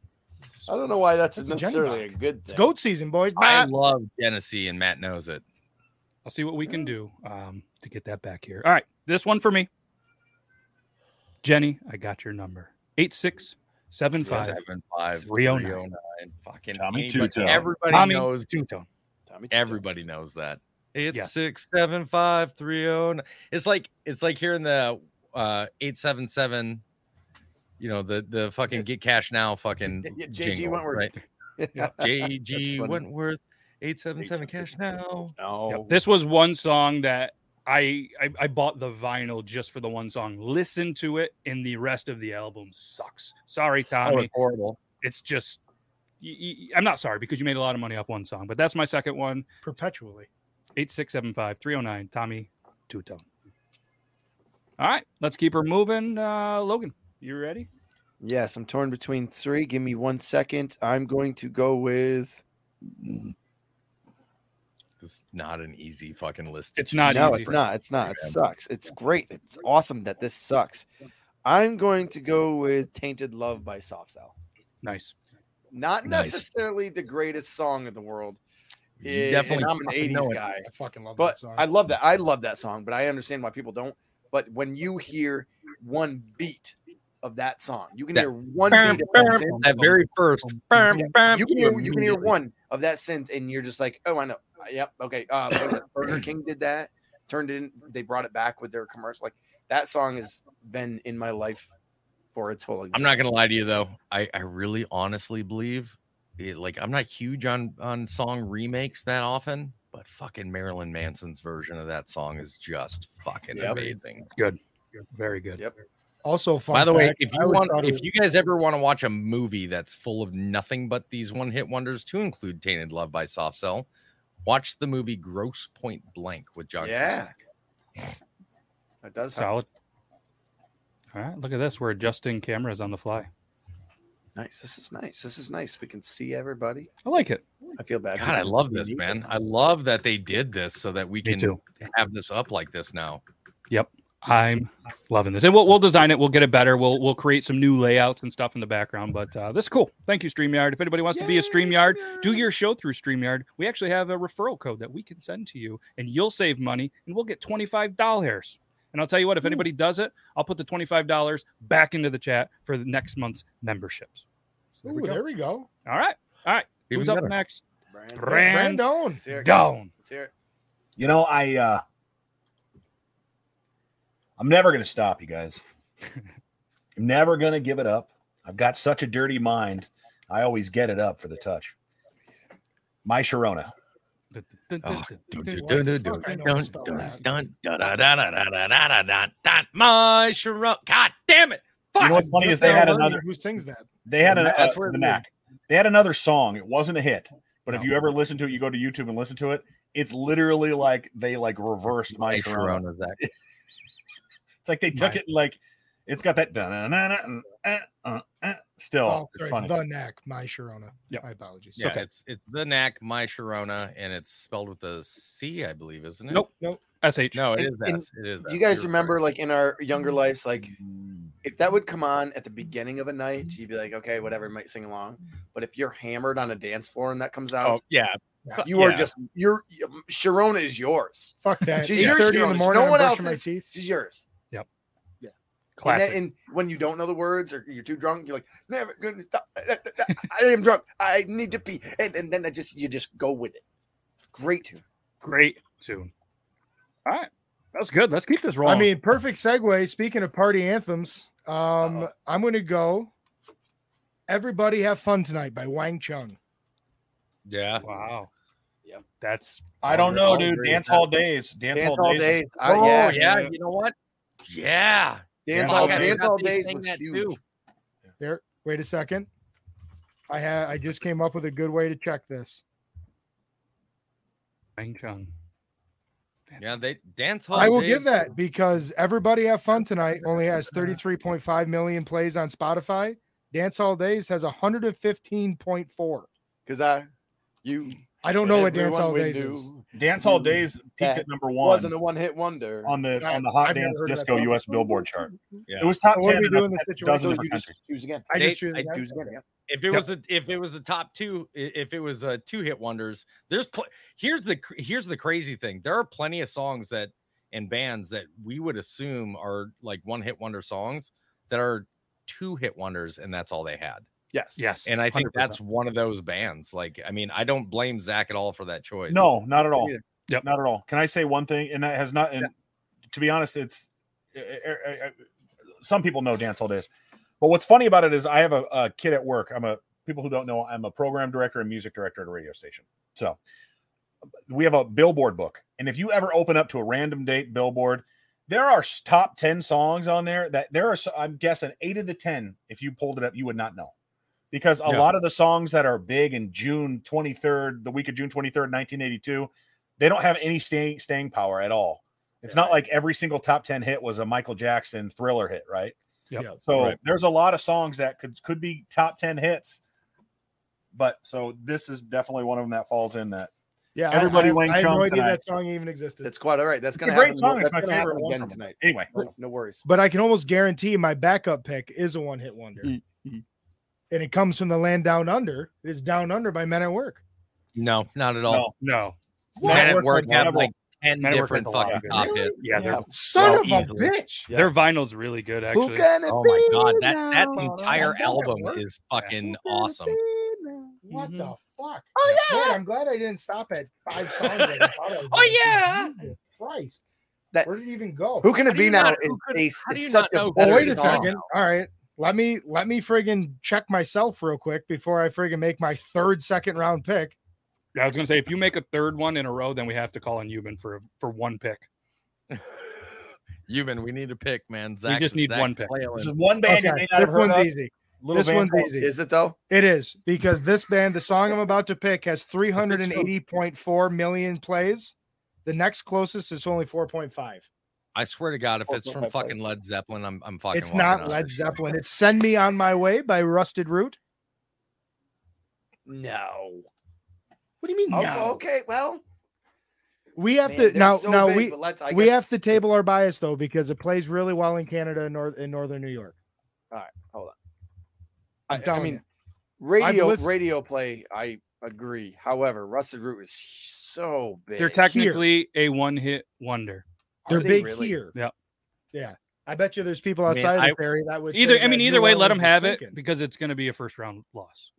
Speaker 3: I don't know why that's
Speaker 1: It's a Jenny
Speaker 3: necessarily a
Speaker 1: Bach.
Speaker 3: good
Speaker 1: It's
Speaker 3: thing.
Speaker 1: goat season, boys.
Speaker 4: I
Speaker 1: Bah.
Speaker 4: love Genesee, and Matt knows it.
Speaker 2: I'll see what we can do um, to get that back here. All right, this one for me. Jenny, I got your number. Eight six seven five.
Speaker 4: Seven, five,
Speaker 2: 309.
Speaker 4: 309. Fucking
Speaker 5: Tommy
Speaker 4: anybody-
Speaker 5: Tuto.
Speaker 4: Everybody
Speaker 2: Tommy
Speaker 4: knows.
Speaker 2: Tuto.
Speaker 3: Tommy Tutor.
Speaker 4: Everybody knows that. It's
Speaker 2: Yeah.
Speaker 4: six seven five three oh nine. It's like it's like hearing the uh eight seven seven. You know the the fucking get cash now fucking
Speaker 3: [laughs] Yeah, yeah, JG
Speaker 4: jingle,
Speaker 3: Wentworth.
Speaker 4: right?
Speaker 2: Yeah.
Speaker 3: That's
Speaker 4: JG
Speaker 3: funny.
Speaker 4: Wentworth eight seven seven
Speaker 3: 877.
Speaker 4: cash now.
Speaker 3: No.
Speaker 2: Yep, This was one song that I, I I bought the vinyl just for the one song. Listen to it, and the rest of the album sucks. Sorry,
Speaker 4: Oh,
Speaker 2: Tommy.
Speaker 4: it's horrible.
Speaker 2: It's just y- y- I'm not sorry because you made a lot of money off one song, but that's my second one.
Speaker 1: Perpetually.
Speaker 2: Eight six seven five three zero nine. Tommy Tuto. All right, let's keep her moving. Uh, Logan, you ready?
Speaker 3: [laughs] Yes, I'm torn between three. Give me one second. I'm going to go with.
Speaker 4: This is not an easy fucking list. to
Speaker 2: It's not.
Speaker 3: no,
Speaker 2: easy.
Speaker 3: it's not. It's not. It
Speaker 4: Yeah.
Speaker 3: sucks. It's great. It's awesome that this sucks. I'm going to go with "Tainted Love" by Soft Cell.
Speaker 2: Nice.
Speaker 3: Not
Speaker 4: Nice.
Speaker 3: necessarily the greatest song in the world.
Speaker 4: You
Speaker 3: eh, and I'm an
Speaker 4: fucking
Speaker 3: 80s
Speaker 4: know it.
Speaker 3: guy.
Speaker 1: I fucking love that
Speaker 3: But
Speaker 1: song.
Speaker 3: I love that. I love that song, but I understand why people don't. But when you hear one beat of that song, you can
Speaker 4: That-
Speaker 3: hear one beat
Speaker 4: Bam,
Speaker 3: of that
Speaker 4: bam,
Speaker 3: synth.
Speaker 4: That very first. bam, bam,
Speaker 3: You can hear, you can hear
Speaker 4: immediately-
Speaker 3: one of that synth, and you're just like, oh, I know. Yep. Okay. Uh, what is
Speaker 4: [coughs]
Speaker 3: it? Burger King did that. Turned it in. They brought it back with their commercial. Like that song has been in my life for its whole.
Speaker 4: I'm not gonna lie to you though. I, I really honestly believe it, like I'm not huge on on song remakes that often, but fucking Marilyn Manson's version of that song is just fucking
Speaker 3: Yep.
Speaker 4: amazing.
Speaker 2: Very good.
Speaker 3: Yep.
Speaker 1: also, fun
Speaker 4: By the way,
Speaker 1: fact,
Speaker 4: if
Speaker 1: I
Speaker 4: you
Speaker 1: always
Speaker 4: want
Speaker 1: thought it
Speaker 4: if
Speaker 1: was-
Speaker 4: you guys ever want to watch a movie that's full of nothing but these one-hit wonders to include Tainted Love by Soft Cell, watch the movie Gross Point Blank with John
Speaker 3: Yeah.
Speaker 4: Cusack.
Speaker 3: It does. Help.
Speaker 2: Solid. All right, look at this. We're adjusting cameras on the fly.
Speaker 3: Nice. This is nice. This is nice. We can see everybody.
Speaker 2: I like it.
Speaker 3: I feel bad.
Speaker 4: God, I love this, man. I love that they did this so that we
Speaker 2: Me
Speaker 4: can
Speaker 2: too.
Speaker 4: have this up like this now.
Speaker 2: I'm loving this, and we'll, we'll design it. We'll get it better. We'll we'll create some new layouts and stuff in the background. But uh, this is cool. Thank you, Streamyard. If anybody wants to be a Streamyard, do your show through Streamyard. We actually have a referral code that we can send to you, and you'll save money, and we'll get twenty five dollars. And I'll tell you what, if anybody does it, I'll put the $25 back into the chat for the next month's memberships. So
Speaker 1: Ooh, there we go.
Speaker 2: All right. All right.
Speaker 4: Even
Speaker 2: Who's up
Speaker 4: better.
Speaker 2: next?
Speaker 3: Brand.
Speaker 2: Brand
Speaker 1: Brandon.
Speaker 3: Let's hear it.
Speaker 2: down.
Speaker 3: Let's hear it.
Speaker 5: You know, I uh I'm never gonna stop, you guys. I'm never gonna give it up. I've got such a dirty mind. I always get it up for the touch. My Sharona.
Speaker 4: Oh, dun- dun-
Speaker 1: What
Speaker 4: dun-
Speaker 1: the
Speaker 4: dun- dun-
Speaker 1: fuck? I know how to
Speaker 4: dun-
Speaker 1: spell
Speaker 4: dun-
Speaker 1: that.
Speaker 4: dun- dun- dun- dun- dun- dun- dun- dun- dun- dun- My Sharona. God damn it.
Speaker 5: You know
Speaker 4: Fuck.
Speaker 5: what's funny is
Speaker 1: That's
Speaker 5: they had
Speaker 1: Alberti.
Speaker 5: another
Speaker 1: Who sings that?
Speaker 5: they had
Speaker 4: The
Speaker 5: an,
Speaker 4: Mac-
Speaker 5: uh,
Speaker 4: that's where
Speaker 5: the
Speaker 4: it
Speaker 5: Mac. They had another song. It wasn't a hit, but if you ever listen to it, you go to YouTube and listen to it. It's literally like they like reversed my,
Speaker 4: My
Speaker 5: Sharona.
Speaker 4: Sharona, Zach.
Speaker 5: It's like they took
Speaker 2: My-
Speaker 5: it like it's got that dun-dun-dun-dun, uh, uh, uh. still.
Speaker 1: Oh,
Speaker 5: it's
Speaker 1: sorry,
Speaker 5: funny.
Speaker 1: it's the neck, my Sharona.
Speaker 2: Yep.
Speaker 1: My apologies.
Speaker 4: [laughs] Yeah,
Speaker 2: okay.
Speaker 4: it's it's the knack, my Sharona, and it's spelled with a C, I believe, isn't it?
Speaker 2: Nope.
Speaker 1: Nope.
Speaker 2: SH.
Speaker 4: No, it
Speaker 3: And-
Speaker 4: is that.
Speaker 3: and
Speaker 4: It is.
Speaker 3: Do you
Speaker 4: that.
Speaker 3: guys
Speaker 4: You're
Speaker 3: remember,
Speaker 4: right.
Speaker 3: like in our younger lives, like if that would come on at the beginning of a night, you'd be like, okay, whatever, might sing along. But if you're hammered on a dance floor and that comes
Speaker 4: Oh
Speaker 3: out,
Speaker 4: yeah,
Speaker 5: [laughs]
Speaker 3: you are
Speaker 4: yeah.
Speaker 3: just you're um, Sharona is yours.
Speaker 1: Fuck that.
Speaker 3: She's
Speaker 1: She's
Speaker 3: yours,
Speaker 1: 30 in the
Speaker 3: Sharona.
Speaker 1: morning.
Speaker 3: No
Speaker 1: I'm
Speaker 3: one
Speaker 1: brushing
Speaker 3: else's.
Speaker 1: My teeth.
Speaker 3: She's yours. And,
Speaker 2: Classic.
Speaker 3: that, and when you don't know the words or you're too drunk, you're like, never gonna stop. [laughs] I am drunk. I need to pee. And, and then I just you just go with it. It's great tune.
Speaker 2: Great tune. All right. That's good. Let's keep this rolling.
Speaker 1: I mean, perfect segue. Speaking of party anthems, um,
Speaker 3: Uh-oh.
Speaker 1: I'm going to go. Everybody have fun tonight by Wang Chung.
Speaker 4: yeah.
Speaker 2: wow.
Speaker 3: Yep.
Speaker 2: That's
Speaker 5: I don't
Speaker 4: I'll
Speaker 5: know,
Speaker 4: agree
Speaker 5: dude.
Speaker 4: with
Speaker 5: Dance
Speaker 4: that.
Speaker 5: hall days. Dance,
Speaker 3: Dance
Speaker 5: hall
Speaker 3: all
Speaker 5: days.
Speaker 3: days. Uh,
Speaker 4: Oh
Speaker 3: yeah.
Speaker 4: yeah, You know what? Yeah.
Speaker 3: Dance
Speaker 5: Yeah.
Speaker 3: all
Speaker 5: Fuck, I
Speaker 3: dance
Speaker 4: forgot
Speaker 3: all
Speaker 4: they
Speaker 3: days
Speaker 4: sang
Speaker 3: was
Speaker 4: that
Speaker 3: huge.
Speaker 4: too.
Speaker 1: There. Wait a second. I had. I just came up with a good way to check this.
Speaker 2: Bang Chung.
Speaker 4: Yeah, they dance hall.
Speaker 1: I will
Speaker 4: days.
Speaker 1: give that because everybody have fun tonight only has 33.5 million plays on Spotify. Dance All Days has 115.4.
Speaker 3: Because I you
Speaker 1: I don't know what
Speaker 3: everyone
Speaker 1: Dance All
Speaker 3: we
Speaker 1: Days
Speaker 3: knew
Speaker 1: is.
Speaker 5: Dance hall
Speaker 3: Dude,
Speaker 5: days peaked
Speaker 3: that
Speaker 5: at number one
Speaker 3: wasn't a one hit wonder.
Speaker 5: on the
Speaker 1: I-
Speaker 5: on the hot
Speaker 1: I've never
Speaker 5: dance
Speaker 1: heard of that
Speaker 5: disco
Speaker 1: song.
Speaker 5: U.S. Billboard chart.
Speaker 4: Yeah.
Speaker 5: It was top
Speaker 1: So what
Speaker 5: ten.
Speaker 1: do we
Speaker 5: in
Speaker 1: do
Speaker 5: a
Speaker 1: in this situation?
Speaker 5: dozen
Speaker 3: so
Speaker 5: different
Speaker 3: you just
Speaker 5: countries.
Speaker 3: choose again.
Speaker 1: I
Speaker 4: They-
Speaker 1: just choose
Speaker 4: I
Speaker 1: that.
Speaker 3: Choose again. yeah.
Speaker 4: If it was the if it was the top two, i- if it was uh, two hit wonders, there's pl- here's the cr- here's the crazy thing. There are plenty of songs that and bands that we would assume are like one hit wonder songs that are two hit wonders, and that's all they had.
Speaker 3: Yes.
Speaker 2: Yes.
Speaker 4: And I think
Speaker 2: 100%.
Speaker 4: that's one of those bands. Like, I mean, I don't blame Zach at all for that choice.
Speaker 5: No, not at all.
Speaker 3: Neither.
Speaker 2: Yep.
Speaker 5: Not at all. Can I say one thing? And that has not. And to be honest, it's eh, eh, eh, eh, some people know dance all days, but what's funny about it is I have a, a kid at work. I'm a people who don't know. I'm a program director and music director at a radio station. So we have a billboard book, and if you ever open up to a random date billboard. There are s- top 10 songs on there that there are, s- I'm guessing, eight of the 10. If you pulled it up, you would not know because a
Speaker 4: Yeah.
Speaker 5: lot of the songs that are big in June 23rd, the week of June 23rd, 1982, they don't have any staying staying power at all. It's not like every single top 10 hit was a Michael Jackson thriller hit, right?
Speaker 2: Yep.
Speaker 1: Yeah.
Speaker 5: So
Speaker 4: Right.
Speaker 5: there's a lot of songs that could could be top 10 hits. But so this is definitely one of them that falls in that.
Speaker 1: Yeah, I-
Speaker 5: Everybody
Speaker 1: I,
Speaker 5: Wang
Speaker 1: I had no
Speaker 5: Chung
Speaker 1: idea
Speaker 5: tonight.
Speaker 1: that song even existed.
Speaker 3: That's quite all right. That's
Speaker 5: It's a
Speaker 3: gonna
Speaker 5: great
Speaker 3: happen.
Speaker 5: song. It's
Speaker 3: That's
Speaker 5: my
Speaker 3: gonna happen
Speaker 5: favorite one
Speaker 3: again
Speaker 5: from it.
Speaker 3: tonight.
Speaker 5: Anyway,
Speaker 3: No, no worries.
Speaker 1: But I can almost guarantee my backup pick is a one hit wonder.
Speaker 3: Mm,
Speaker 1: and
Speaker 3: mm.
Speaker 1: it comes from the land down under. It is down under by men at work.
Speaker 4: no, not at all.
Speaker 5: no.
Speaker 2: No.
Speaker 4: Men
Speaker 5: Network
Speaker 4: at work
Speaker 5: had
Speaker 4: have
Speaker 5: several.
Speaker 4: like 10
Speaker 2: Men at Work
Speaker 4: different
Speaker 2: has a lot
Speaker 4: fucking
Speaker 2: of good
Speaker 4: top
Speaker 2: ones.
Speaker 4: hits.
Speaker 2: Yeah. Their,
Speaker 1: Son
Speaker 4: Well,
Speaker 1: of a
Speaker 4: easily.
Speaker 1: bitch.
Speaker 3: Yeah.
Speaker 2: their vinyl's really good, actually.
Speaker 3: gonna
Speaker 4: Oh my
Speaker 3: be
Speaker 4: god, that that
Speaker 3: now?
Speaker 4: entire
Speaker 1: Who
Speaker 4: album
Speaker 1: gonna
Speaker 4: is fucking
Speaker 3: Who gonna
Speaker 4: awesome.
Speaker 3: be now?
Speaker 1: What
Speaker 2: Mhm.
Speaker 1: the
Speaker 5: Mm-hmm.
Speaker 1: fuck?
Speaker 3: Oh,
Speaker 1: Man, I'm glad I didn't stop at five songs. that I thought I was
Speaker 4: [laughs] Oh,
Speaker 1: gonna do.
Speaker 4: yeah.
Speaker 1: Jesus Christ.
Speaker 3: That-
Speaker 1: Where did it even go?
Speaker 3: Who can
Speaker 4: How
Speaker 3: it
Speaker 4: do
Speaker 3: be
Speaker 4: you
Speaker 3: now?
Speaker 4: not- who could-
Speaker 3: It's,
Speaker 4: how do you
Speaker 3: it's
Speaker 4: not
Speaker 3: such a
Speaker 4: know
Speaker 1: Oh,
Speaker 3: better
Speaker 4: better
Speaker 1: wait a
Speaker 3: song.
Speaker 1: second. All right. Let me let me friggin' check myself real quick before I friggin' make my third second round pick.
Speaker 2: Yeah, I was gonna say if you make a third one in a row, then we have to call on Euban for for one pick.
Speaker 4: Euban, we need a pick, man. Zach,
Speaker 2: just need
Speaker 4: Zach
Speaker 2: one pick.
Speaker 4: flailing.
Speaker 5: This is one band you may
Speaker 1: Okay,
Speaker 5: not have
Speaker 1: this
Speaker 5: heard
Speaker 1: one's
Speaker 5: of.
Speaker 1: easy.
Speaker 5: Little
Speaker 1: This
Speaker 5: Van
Speaker 1: one's
Speaker 5: Halen.
Speaker 1: easy.
Speaker 3: Is it though?
Speaker 1: It is because this band, the song I'm about to pick, has 380.4 million plays. The next closest is only 4.5.
Speaker 4: I swear to God, if
Speaker 3: Oh,
Speaker 4: it's
Speaker 3: no,
Speaker 4: from
Speaker 3: my bad.
Speaker 4: fucking Led Zeppelin, I'm I'm fucking.
Speaker 1: It's
Speaker 4: walking
Speaker 1: not
Speaker 4: out.
Speaker 1: Led Zeppelin. It's Send Me On My Way by Rusted Root.
Speaker 3: No.
Speaker 1: What do you mean?
Speaker 3: Oh,
Speaker 1: no?
Speaker 3: Okay. Well,
Speaker 1: We have
Speaker 3: man,
Speaker 1: to
Speaker 3: they're
Speaker 1: now
Speaker 3: so
Speaker 1: now
Speaker 3: big,
Speaker 1: we
Speaker 3: but let's- I
Speaker 1: we
Speaker 3: guess-
Speaker 1: have to table our bias though because it plays really well in Canada and north in northern New York.
Speaker 3: I,
Speaker 1: I'm
Speaker 3: I
Speaker 1: telling
Speaker 3: mean,
Speaker 1: you.
Speaker 3: radio
Speaker 1: listened-
Speaker 3: radio play. I agree. However, Rusted Root is so big.
Speaker 2: They're technically a one hit wonder.
Speaker 3: Are
Speaker 1: They're
Speaker 3: they
Speaker 1: big
Speaker 3: really?
Speaker 1: here.
Speaker 2: Yeah.
Speaker 1: I bet you there's people
Speaker 4: Man,
Speaker 1: outside
Speaker 4: I-
Speaker 1: of the ferry that would say
Speaker 2: Either I
Speaker 1: that
Speaker 2: mean,
Speaker 1: New
Speaker 2: either way, let them
Speaker 1: Orleans is
Speaker 2: have it
Speaker 1: sinking.
Speaker 2: because it's going to be a first round loss.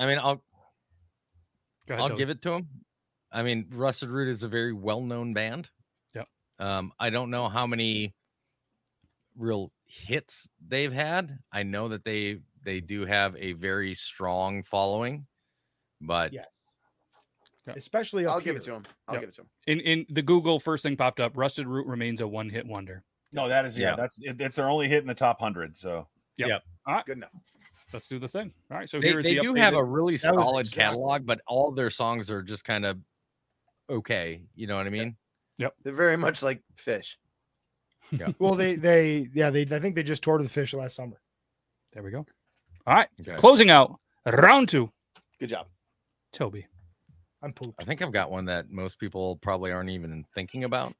Speaker 4: I mean, I'll
Speaker 2: Go ahead,
Speaker 4: I'll
Speaker 2: Toby.
Speaker 4: give it to him. I mean, Rusted Root is a very well-known band.
Speaker 2: Yep.
Speaker 4: Um, I don't know how many real hits they've had. I know that they they do have a very strong following, but
Speaker 1: Yeah. Especially, up
Speaker 3: I'll give it to
Speaker 1: here.
Speaker 3: him. I'll
Speaker 2: Yep.
Speaker 3: give it to him.
Speaker 2: in in the Google first thing popped up. Rusted Root remains a one hit wonder.
Speaker 5: No, that is yeah.
Speaker 4: Yeah.
Speaker 5: That's it, it's their only hit in the top hundred. So
Speaker 3: Good enough.
Speaker 2: Let's do the thing. All right, so
Speaker 4: they,
Speaker 2: here is
Speaker 4: they
Speaker 2: the
Speaker 4: do have a
Speaker 2: updated-
Speaker 4: really
Speaker 1: That was
Speaker 4: solid
Speaker 1: exhausting.
Speaker 4: catalog, but all their songs are just kind of okay. You know what I mean?
Speaker 3: They're very much like fish.
Speaker 1: Well, they they yeah they I think they just toured the fish last summer.
Speaker 2: there we go. All right,
Speaker 4: Okay.
Speaker 2: closing out round two.
Speaker 3: Good job.
Speaker 2: Toby,
Speaker 1: I'm pooped.
Speaker 4: I think I've got one that most people probably aren't even thinking about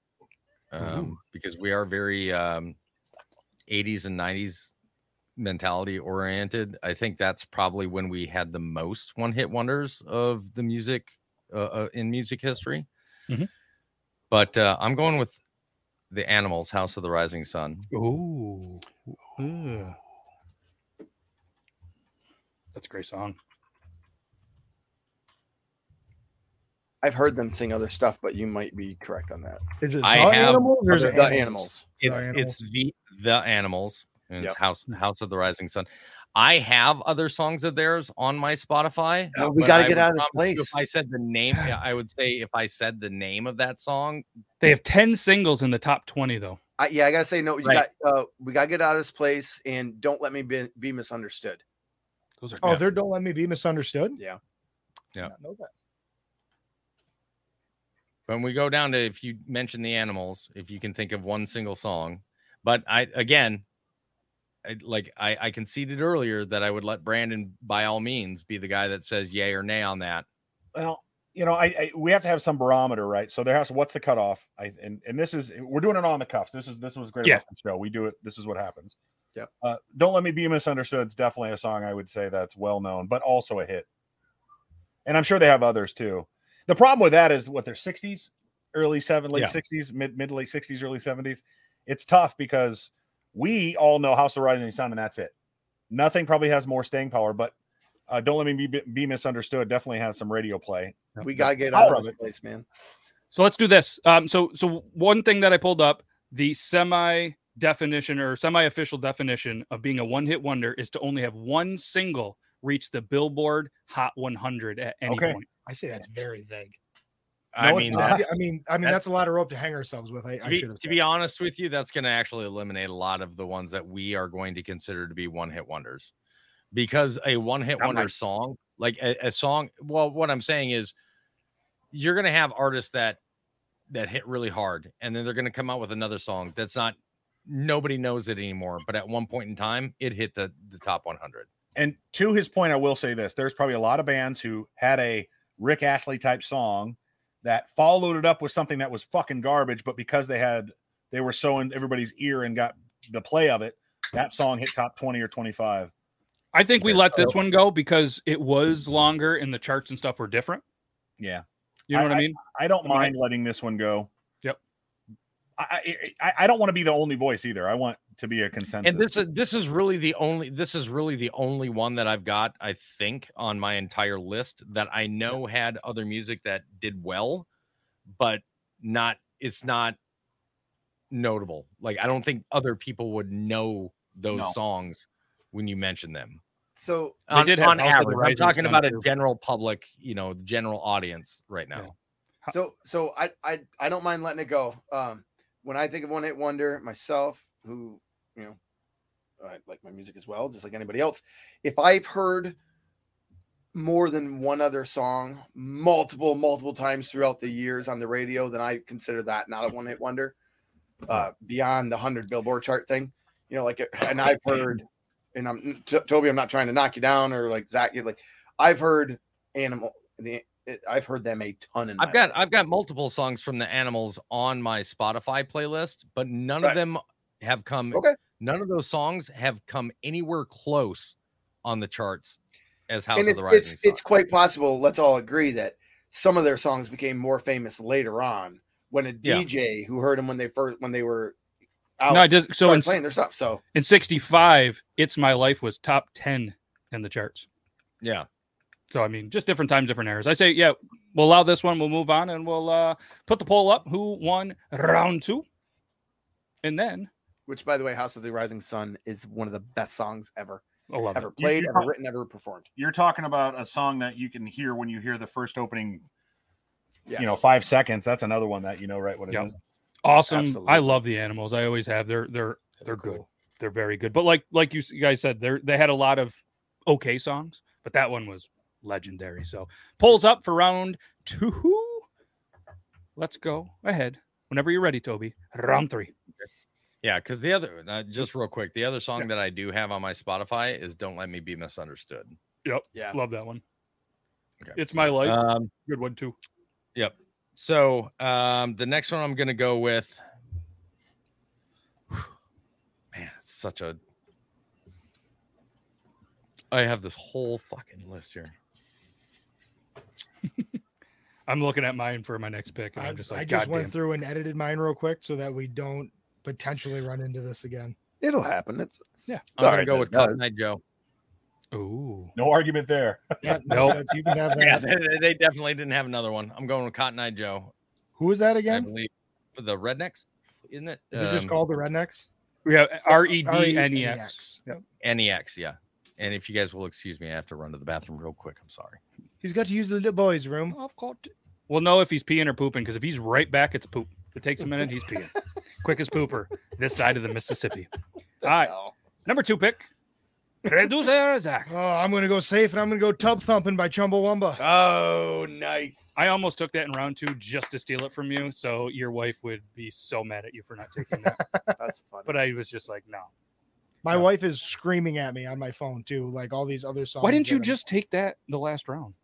Speaker 4: um, because we are very um, 80s and 90s mentality oriented. I think that's probably when we had the most one hit wonders of the music uh, uh, in music history.
Speaker 2: Mhm.
Speaker 4: But uh, I'm going with the Animals, House of the Rising Sun.
Speaker 2: ooh, that's a great song.
Speaker 3: I've heard them sing other stuff, but you might be correct on that.
Speaker 1: Is it
Speaker 4: I
Speaker 1: the
Speaker 4: have
Speaker 1: animals or is
Speaker 3: The
Speaker 1: it
Speaker 3: animals.
Speaker 1: The
Speaker 4: it's
Speaker 1: Animals.
Speaker 4: it's the the animals and it's
Speaker 3: Yep.
Speaker 4: house house of the rising sun i have other songs of theirs on my spotify
Speaker 3: Oh, we
Speaker 4: but
Speaker 3: gotta
Speaker 4: I
Speaker 3: get
Speaker 4: would
Speaker 3: out of this
Speaker 4: promise you if
Speaker 3: place.
Speaker 4: i said the name yeah, i would say if i said the name of that song
Speaker 2: They have ten singles in the top twenty though.
Speaker 3: I, yeah, I gotta say no. You
Speaker 4: Right.
Speaker 3: got, uh, we gotta get out of this place, and don't let me be, be misunderstood.
Speaker 2: Those are
Speaker 1: Oh,
Speaker 2: good.
Speaker 1: they're don't let me be misunderstood.
Speaker 3: Yeah.
Speaker 4: Yeah.
Speaker 1: Did not know that.
Speaker 4: when we go down to if you mention the animals if you can think of one single song but i again I, like I, I conceded earlier that i would let brandon by all means be the guy that says yay or nay on that
Speaker 5: well, you know, I, I we have to have some barometer, right? So there has what's the cutoff? I and and this is we're doing it on the cuffs. This is this was great
Speaker 2: Yeah.
Speaker 5: about the show. We do it. This is what happens.
Speaker 3: Yeah.
Speaker 5: Uh, don't let me be misunderstood. It's definitely a song I would say that's well known, but also a hit. And I'm sure they have others too. The problem with that is what their 60s, early seven, late
Speaker 2: Yeah.
Speaker 5: 60s, mid mid to late 60s, early 70s. It's tough because we all know House of Rising Sun, and that's it. Nothing probably has more staying power, but uh, don't let me be, be misunderstood. Definitely has some radio play.
Speaker 2: Yep,
Speaker 3: We
Speaker 2: yep.
Speaker 3: gotta get
Speaker 5: I'll
Speaker 3: out
Speaker 5: rub
Speaker 3: of this
Speaker 5: it.
Speaker 3: place, man.
Speaker 2: So let's do this. Um, so so one thing that I pulled up the semi definition or semi official definition of being a one hit wonder is to only have one single reach the Billboard Hot 100 at any
Speaker 5: Okay.
Speaker 2: point.
Speaker 1: I say that's very vague.
Speaker 4: i
Speaker 5: No, it's
Speaker 4: mean
Speaker 5: not.
Speaker 4: that,
Speaker 1: I mean, I mean
Speaker 4: that-
Speaker 1: that's a lot of rope to hang ourselves with. I,
Speaker 4: to
Speaker 1: I
Speaker 4: be,
Speaker 1: should have.
Speaker 4: to
Speaker 1: said.
Speaker 4: be honest with you, that's going to actually eliminate a lot of the ones that we are going to consider to be one hit wonders because a one hit
Speaker 2: Not
Speaker 4: wonder
Speaker 2: mine.
Speaker 4: song, like a, a song, well, what I'm saying is you're going to have artists that that hit really hard and then they're going to come out with another song that's not nobody knows it anymore but at one point in time it hit the the top 100
Speaker 5: And to his point, I will say this: there's probably a lot of bands who had a Rick Astley type song that followed it up with something that was fucking garbage, but because they had they were so in everybody's ear and got the play of it, that song hit top twenty or twenty five.
Speaker 2: I think we
Speaker 5: Okay,
Speaker 2: let this
Speaker 5: so-
Speaker 2: one go because it was longer and the charts and stuff were different.
Speaker 5: Yeah,
Speaker 2: You know
Speaker 5: I-
Speaker 2: what I mean?
Speaker 5: I don't
Speaker 2: I mean, I-
Speaker 5: mind letting this one go.
Speaker 2: Yep.
Speaker 5: I I, I- I don't want to be the only voice either. I want to be a consensus.
Speaker 4: and this is this is really the only this is really the only one that I've got I think on my entire list that I know had other music that did well but not it's not notable like I don't think other people would know those
Speaker 5: No.
Speaker 4: songs when you mention them
Speaker 3: So
Speaker 2: They
Speaker 4: on,
Speaker 2: did have
Speaker 4: on
Speaker 2: House of the
Speaker 4: average I'm
Speaker 2: Rising
Speaker 4: talking
Speaker 2: Sun,
Speaker 4: about a
Speaker 2: too.
Speaker 4: general public you know general audience right now
Speaker 2: How-
Speaker 3: So so I I I don't mind letting it go. Um, when I think of one hit wonder, myself, who you know, I like my music as well, just like anybody else. If I've heard more than one other song multiple multiple times throughout the years on the radio, then I consider that not a one hit wonder. Uh, beyond the hundred Billboard chart thing, you know, like and I've heard, and I'm T- Toby. I'm not trying to knock you down or like Zach. you like I've heard animal. The I've heard them a ton. In
Speaker 4: I've
Speaker 3: my
Speaker 4: got I've got multiple songs from the Animals on my Spotify playlist, but none
Speaker 3: Right.
Speaker 4: of them have come.
Speaker 3: Okay.
Speaker 4: None of those songs have come anywhere close on the charts as House
Speaker 3: and
Speaker 4: of
Speaker 3: it's,
Speaker 4: the Rising
Speaker 3: it's,
Speaker 4: Sun.
Speaker 3: it's quite possible let's all agree that some of their songs became more famous later on when a
Speaker 4: Yeah.
Speaker 3: dj who heard them when they first when they were out.
Speaker 2: No, I just so
Speaker 3: start
Speaker 2: in,
Speaker 3: playing their stuff. So
Speaker 2: in 65, It's My Life was top 10 in the charts.
Speaker 4: Yeah.
Speaker 2: So I mean, just different times, different eras. I say, yeah, we'll allow this one. We'll move on and we'll uh, put the poll up. Who won round two? And then
Speaker 3: which by the way, House of the Rising Sun is one of the best songs ever.
Speaker 2: I love it.
Speaker 3: Ever played,
Speaker 5: you
Speaker 3: ever
Speaker 5: know-
Speaker 3: written, ever performed.
Speaker 5: You're talking about a song that you can hear when you hear the first opening,
Speaker 3: Yes.
Speaker 5: you know, five seconds. That's another one that you know right what it is.
Speaker 2: Yep. Awesome.
Speaker 3: Absolutely.
Speaker 2: I love the animals. I always have. They're they're they're good. They're very good. But like like you, s- you guys said, they are they had a lot of okay songs, but that one was legendary. So polls up for round two. Let's go ahead whenever you're ready, Toby. Round three.
Speaker 4: Yeah, because the other uh, just real quick, the other song that I do have on my Spotify is "Don't Let Me Be Misunderstood."
Speaker 3: Yeah.
Speaker 2: Love that one.
Speaker 4: Okay.
Speaker 2: It's my life.
Speaker 4: Um,
Speaker 2: good one too.
Speaker 4: so um, the next one I'm gonna go with, man, it's such a. I have this whole fucking list here.
Speaker 2: I'm looking at mine for my next pick, and
Speaker 1: I,
Speaker 2: I'm just like,
Speaker 1: I just went
Speaker 2: goddamn.
Speaker 1: through and edited mine real quick so that we don't potentially run into
Speaker 2: [laughs]
Speaker 1: this again.
Speaker 3: It'll happen. It's
Speaker 4: I'm
Speaker 3: Sorry,
Speaker 4: gonna go with
Speaker 3: no.
Speaker 4: Cotton Eye Joe.
Speaker 2: Ooh,
Speaker 5: No argument there. [laughs]
Speaker 1: Yeah,
Speaker 2: Nope.
Speaker 1: no, that's, you can
Speaker 2: [laughs]
Speaker 1: have
Speaker 4: [laughs]
Speaker 1: that.
Speaker 4: Yeah, they, they- they definitely didn't have another one. I'm going with Cotton Eye Joe.
Speaker 1: Who is that
Speaker 4: I
Speaker 1: again?
Speaker 4: believe for the Rednecks, isn't it?
Speaker 1: Is it just
Speaker 4: Um,
Speaker 1: called the Rednecks?
Speaker 2: we have R E D N E X.
Speaker 1: R-E-N-E-X.
Speaker 4: NEX, E yeah. And if you guys will excuse me, I have to run to the bathroom real quick. I'm sorry.
Speaker 1: He's got to use the little boys' room.
Speaker 2: I've got. To... Well, no, if he's peeing or pooping, because if he's right back, it's poop. If it takes a minute, he's [laughs] peeing. Quickest pooper this side of the [laughs] Mississippi. All right, number two pick, producer Zach.
Speaker 1: Oh, I'm gonna go safe, and I'm gonna go tub thumping by Chumbawamba.
Speaker 3: Oh, nice.
Speaker 2: I almost took that in round two just to steal it from you, so your wife would be so mad at you for not taking [laughs] that.
Speaker 3: [laughs] That's funny.
Speaker 2: but I was just like, no.
Speaker 1: My
Speaker 2: Yeah.
Speaker 1: wife is screaming at me on my phone too, like all these other songs.
Speaker 2: Why didn't
Speaker 1: that
Speaker 2: you
Speaker 1: I'm-
Speaker 2: just take that the last round?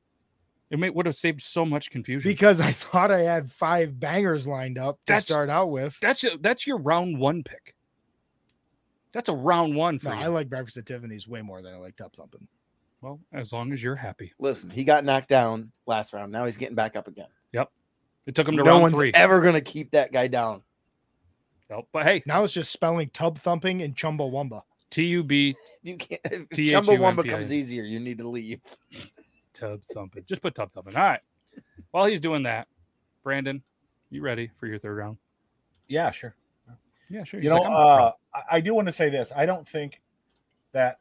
Speaker 2: It may, would have saved so much confusion.
Speaker 1: Because I thought I had five bangers lined up to
Speaker 2: That's-
Speaker 1: start out with.
Speaker 2: that's your, that's your round one pick. That's a round one for
Speaker 1: No,
Speaker 2: you.
Speaker 1: I like Breakfast at Tiffany's way more than I like Tub Thumping.
Speaker 2: well, as long as you're happy.
Speaker 3: Listen, he got knocked down last round. Now he's getting back up again.
Speaker 2: It took him to
Speaker 3: No
Speaker 2: round
Speaker 3: one's
Speaker 2: three.
Speaker 3: ever gonna keep that guy down.
Speaker 2: Nope. But hey,
Speaker 1: Now it's just spelling Tub Thumping and Chumbawamba.
Speaker 2: T U B
Speaker 3: You can't. If
Speaker 2: THUMPA
Speaker 3: Chumbawamba becomes easier, you need to leave.
Speaker 2: tub thumping. Just put tub thumping. All right. While he's doing that, Brandon, you ready for your third round?
Speaker 5: Yeah, sure.
Speaker 2: Yeah, sure.
Speaker 5: You
Speaker 2: He's
Speaker 5: know,
Speaker 2: like, I'm not
Speaker 5: uh, I- I do want to say this. I don't think that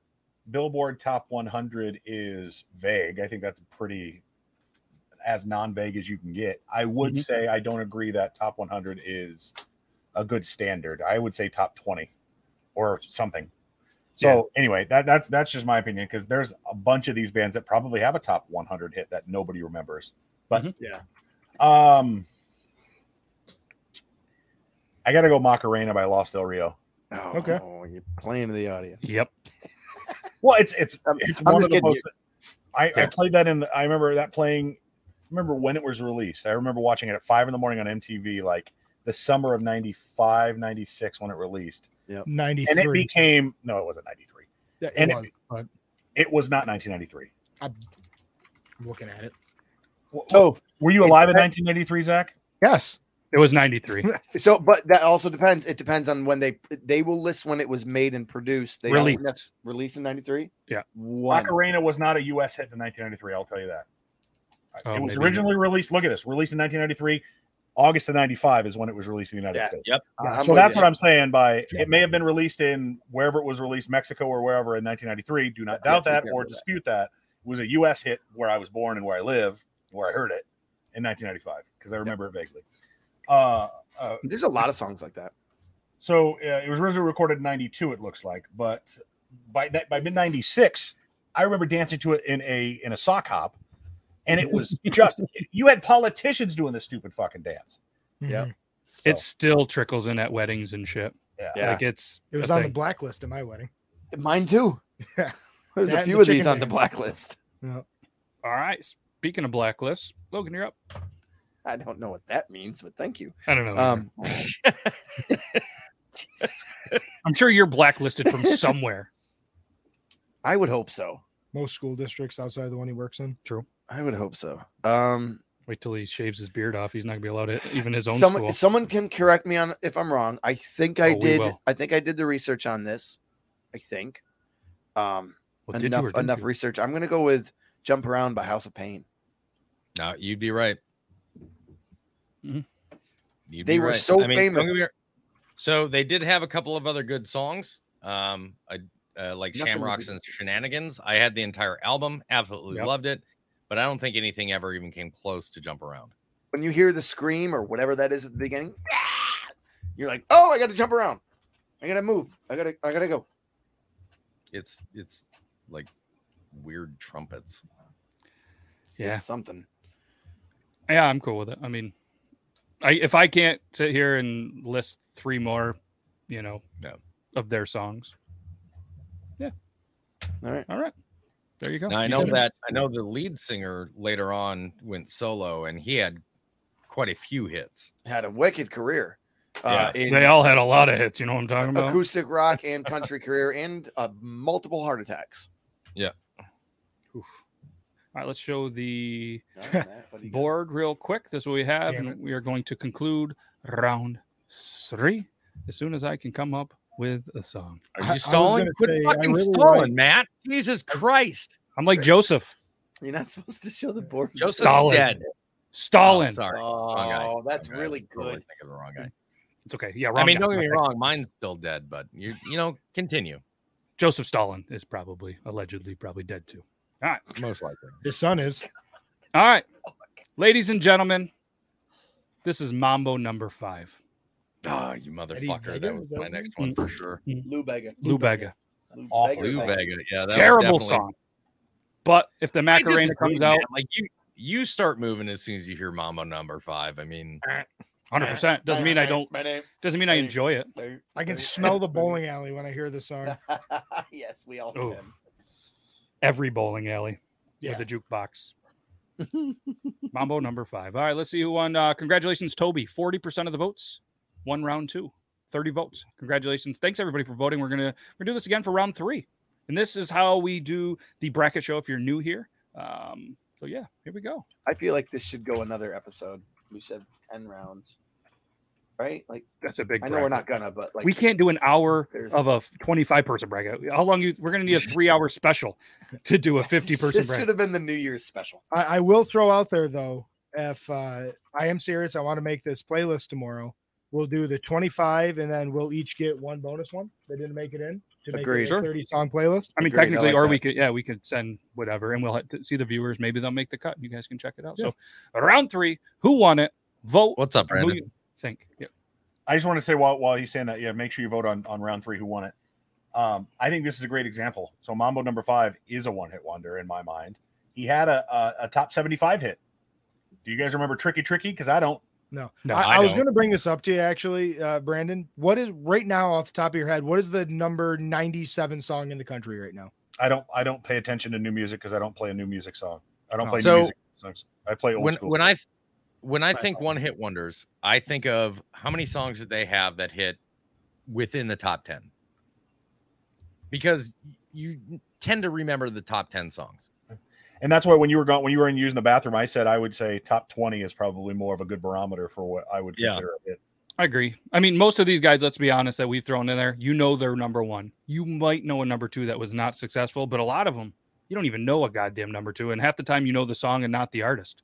Speaker 5: Billboard Top 100 is vague. I think that's pretty as non-vague as you can get. I would
Speaker 2: Mhm.
Speaker 5: say I don't agree that Top 100 is a good standard. I would say Top 20 or something. So anyway, that that's that's just my opinion because there's a bunch of these bands that probably have a top 100 hit that nobody remembers. But
Speaker 2: Mhm.
Speaker 3: Yeah.
Speaker 5: um, I gotta go Macarena by Lost Del Rio.
Speaker 3: Oh,
Speaker 1: Okay.
Speaker 3: You're playing to the audience.
Speaker 2: Yep.
Speaker 5: Well, it's it's
Speaker 3: I'm-
Speaker 5: it's
Speaker 3: I'm
Speaker 5: one
Speaker 3: just
Speaker 5: of the
Speaker 3: kidding
Speaker 5: most. I, I
Speaker 2: Yeah.
Speaker 5: played that in. The, I remember that playing. Remember when it was released? I remember watching it at five in the morning on MTV, like the summer of 95, 96 when it released, and it
Speaker 1: 93.
Speaker 5: became no, it wasn't ninety three.
Speaker 1: Yeah, it
Speaker 5: and it
Speaker 1: was, but
Speaker 5: It was not nineteen ninety three.
Speaker 1: I'm looking at it.
Speaker 3: So,
Speaker 5: Were you alive in nineteen ninety three, Zach?
Speaker 1: Yes.
Speaker 2: It was 93.
Speaker 3: so, but that also depends. It depends on when they they will list when it was made and produced. They don't
Speaker 2: Released.
Speaker 3: list- released in '93.
Speaker 2: Yeah.
Speaker 3: One.
Speaker 5: Macarena was not a U.S. hit in nineteen ninety three. I'll tell you that.
Speaker 2: Oh,
Speaker 5: it was
Speaker 2: maybe.
Speaker 5: originally released. Look at this. Released in nineteen ninety three. August of ninety five is when it was released in the United
Speaker 3: Yeah,
Speaker 5: States.
Speaker 3: I'm
Speaker 5: so
Speaker 3: with
Speaker 5: that's
Speaker 3: you.
Speaker 5: what I'm saying. By
Speaker 1: Yeah.
Speaker 5: it may have been released in wherever it was released, Mexico or wherever in 1993. Do not
Speaker 3: Yeah,
Speaker 5: doubt
Speaker 3: yeah,
Speaker 5: that
Speaker 3: yeah,
Speaker 5: or
Speaker 3: yeah.
Speaker 5: dispute that. It was a U.S. hit where I was born and where I live, where I heard it in 1995 because I remember it vaguely. Uh, uh,
Speaker 3: There's a lot of songs like that.
Speaker 5: so uh, it was originally recorded in 92 it looks like but by that by mid 96 i remember dancing to it in a in a sock hop and it
Speaker 3: [laughs]
Speaker 5: was just you had politicians doing this stupid fucking dance
Speaker 2: Yeah.
Speaker 1: Mhm.
Speaker 5: So,
Speaker 2: It still trickles in at weddings and shit.
Speaker 5: yeah.
Speaker 3: Yeah.
Speaker 2: Like it's
Speaker 1: It was
Speaker 2: a
Speaker 1: on the
Speaker 2: thing.
Speaker 1: blacklist at my wedding.
Speaker 3: Mine too.
Speaker 1: Yeah.
Speaker 3: [laughs] There's
Speaker 1: That
Speaker 3: a
Speaker 1: and
Speaker 3: few
Speaker 1: the
Speaker 3: of these
Speaker 1: chicken
Speaker 3: on the
Speaker 1: dance.
Speaker 3: blacklist.
Speaker 2: All right. Speaking of blacklists, Logan, you're up.
Speaker 3: I don't know what that means, but thank you.
Speaker 2: I don't know.
Speaker 3: Um,
Speaker 2: I'm sure you're blacklisted
Speaker 3: [laughs]
Speaker 2: from somewhere.
Speaker 3: I would hope so.
Speaker 1: Most school districts outside of the one he works in.
Speaker 3: I would hope so. Um,
Speaker 2: Wait till he shaves his beard off. He's not gonna be
Speaker 3: [sighs]
Speaker 2: allowed to hit even his own
Speaker 3: someone
Speaker 2: school.
Speaker 3: someone can correct me on if I'm wrong. I think I
Speaker 2: Oh, we
Speaker 3: did.
Speaker 2: will.
Speaker 3: I think I did the research on this. I think. Um,
Speaker 2: Well, did you or
Speaker 3: enough
Speaker 2: didn't
Speaker 3: enough
Speaker 2: you?
Speaker 3: research. I'm gonna go with "Jump Around" by House of Pain.
Speaker 4: No, you'd be right.
Speaker 2: Mhm.
Speaker 4: You'd
Speaker 3: They
Speaker 4: be
Speaker 3: were
Speaker 4: right.
Speaker 3: so
Speaker 4: don't get me
Speaker 3: famous.
Speaker 4: wrong. So they did have a couple of other good songs, um, I- uh, like
Speaker 3: Nothing would
Speaker 4: Shamrocks
Speaker 3: be-
Speaker 4: and Shenanigans. I had the entire album, absolutely
Speaker 2: Yep.
Speaker 4: loved it, but I don't think anything ever even came close to Jump Around.
Speaker 3: When you hear the scream or whatever that is at the beginning, [laughs] you're like, "Oh, I got to jump around. I gotta move. I gotta. I gotta go."
Speaker 4: It's it's like weird trumpets.
Speaker 3: It's
Speaker 2: Yeah.
Speaker 3: something.
Speaker 2: Yeah, I'm cool with it. I mean, I if I can't sit here and list three more, you know,
Speaker 4: No.
Speaker 2: of their songs. Yeah.
Speaker 3: All right.
Speaker 2: All right. There you go.
Speaker 4: Now I
Speaker 2: You
Speaker 4: know
Speaker 2: did it.
Speaker 4: that I know the lead singer later on went solo, and he had quite a few hits.
Speaker 3: Had a wicked career. Uh, in
Speaker 2: they all had a lot of hits. You know what I'm talking about?
Speaker 3: acoustic rock and country career, and uh, multiple heart attacks.
Speaker 2: Oof. All right, let's show the
Speaker 3: Other than that, what do you got?
Speaker 2: board real quick. This is what we have,
Speaker 1: Damn
Speaker 2: and we are going to conclude round three as soon as I can come up with a song.
Speaker 1: I- I
Speaker 4: Are you
Speaker 1: was
Speaker 4: stalling?
Speaker 1: gonna
Speaker 4: Quit
Speaker 1: say, I
Speaker 4: fucking
Speaker 1: really
Speaker 4: stalling,
Speaker 1: like-
Speaker 4: Matt. Jesus Christ.
Speaker 2: I'm like Joseph,
Speaker 3: You're not supposed to show the board.
Speaker 4: Joseph's
Speaker 2: Stalin.
Speaker 4: dead.
Speaker 2: Stalin.
Speaker 4: Oh, sorry. Wrong guy.
Speaker 3: Oh, that's
Speaker 4: Wrong guy.
Speaker 3: really
Speaker 4: Totally
Speaker 3: good.
Speaker 4: thinking of the wrong guy.
Speaker 2: It's okay. Yeah,
Speaker 4: I
Speaker 2: wrong
Speaker 4: mean,
Speaker 2: guy.
Speaker 4: don't get me
Speaker 2: Okay.
Speaker 4: wrong. Mine's still dead, but you you know, continue.
Speaker 2: Joseph Stalin is probably allegedly probably dead too.
Speaker 4: Most
Speaker 1: [laughs]
Speaker 4: likely.
Speaker 1: His son is.
Speaker 2: All [laughs] right, ladies and gentlemen, this is Mambo number five.
Speaker 4: Ah, you motherfucker.
Speaker 1: Vega,
Speaker 4: That was
Speaker 1: is that
Speaker 4: my
Speaker 1: his
Speaker 4: next
Speaker 2: name?
Speaker 4: one for sure.
Speaker 3: Lou Bega.
Speaker 2: Lou Bega,
Speaker 3: Lou
Speaker 5: Awful.
Speaker 3: Bega's
Speaker 4: Lou
Speaker 3: like-
Speaker 4: Vega. Yeah, that was
Speaker 2: terrible
Speaker 4: definitely-
Speaker 2: song. But if the
Speaker 4: I
Speaker 2: Macarena
Speaker 4: disagree,
Speaker 2: comes out,
Speaker 4: man. like you, you start moving as soon as you hear Mambo number five. I mean,
Speaker 2: 100 percent doesn't mean I don't
Speaker 3: My name.
Speaker 2: doesn't mean I
Speaker 3: Hey.
Speaker 2: enjoy it.
Speaker 3: Lou-
Speaker 1: I can
Speaker 3: Lou-
Speaker 1: smell
Speaker 3: [laughs]
Speaker 1: the bowling alley when I hear this song.
Speaker 3: yes, we all
Speaker 2: Oof.
Speaker 3: can.
Speaker 2: Every bowling alley
Speaker 1: Yeah.
Speaker 2: with a
Speaker 3: [laughs]
Speaker 2: jukebox. Mambo number five. All right, let's see who won. Uh, congratulations, Toby. Forty percent of the votes. One round two. 30 votes. Congratulations. Thanks everybody for voting. We're gonna we're gonna do this again for round three. And this is how we do the bracket show if you're new here. Um, so yeah, here we go.
Speaker 3: I feel like this should go another episode. We should have ten rounds, right? Like
Speaker 2: That's a big
Speaker 3: I know we're not gonna, but like
Speaker 2: we can't do an hour
Speaker 3: There's-
Speaker 2: of a 25 person bracket. How long you we're gonna
Speaker 3: [laughs]
Speaker 2: need a three hour special to do a 50 person
Speaker 3: This should
Speaker 2: bracket.
Speaker 3: have been the New Year's special.
Speaker 1: I, I will throw out there though, if uh, I am serious, I want to make this playlist tomorrow. We'll do the 25, and then we'll each get one bonus one that didn't make it in to make
Speaker 3: Agreed.
Speaker 1: it
Speaker 3: Sure.
Speaker 1: a 30 song playlist.
Speaker 2: I mean,
Speaker 3: Agreed, I
Speaker 2: technically,
Speaker 3: like
Speaker 2: or
Speaker 3: that.
Speaker 2: we could, yeah, we could send whatever, and we'll have to see the viewers. Maybe they'll make the cut. and You guys can check it out. So, round three, who won it? Vote.
Speaker 4: what's up,
Speaker 2: Who
Speaker 4: Brandon?
Speaker 2: you think? Yeah.
Speaker 5: I just want to say while while he's saying that, yeah, make sure you vote on on round three who won it. Um, I think this is a great example. So Mambo number five is a one hit wonder in my mind. He had a a, a top seventy five hit. Do you guys remember Tricky Tricky? Because I don't.
Speaker 2: No,
Speaker 1: I, I, was
Speaker 4: don't.
Speaker 1: going to bring this up to you actually, uh, Brandon. What is right now off the top of your head? What is the number 97 song in the country right now?
Speaker 5: I don't. I don't pay attention to new music because I don't play a new music song. I don't
Speaker 1: Oh.
Speaker 5: play
Speaker 4: So-
Speaker 5: new music songs. I play old
Speaker 4: when
Speaker 5: school.
Speaker 4: when
Speaker 5: stuff.
Speaker 4: I when I
Speaker 5: Right.
Speaker 4: think one hit wonders, I think of how many songs did they have that hit within the top ten? Because you tend to remember the top ten songs.
Speaker 5: and that's why when you were gone when you were in using the bathroom, I said I would say top twenty is probably more of a good barometer for what I would
Speaker 4: Yeah.
Speaker 5: consider a hit.
Speaker 2: I agree. I mean, most of these guys, let's be honest, that we've thrown in there, you know, they're number one. You might know a number two that was not successful, but a lot of them, you don't even know a goddamn number two. And half the time, you know the song and not the artist.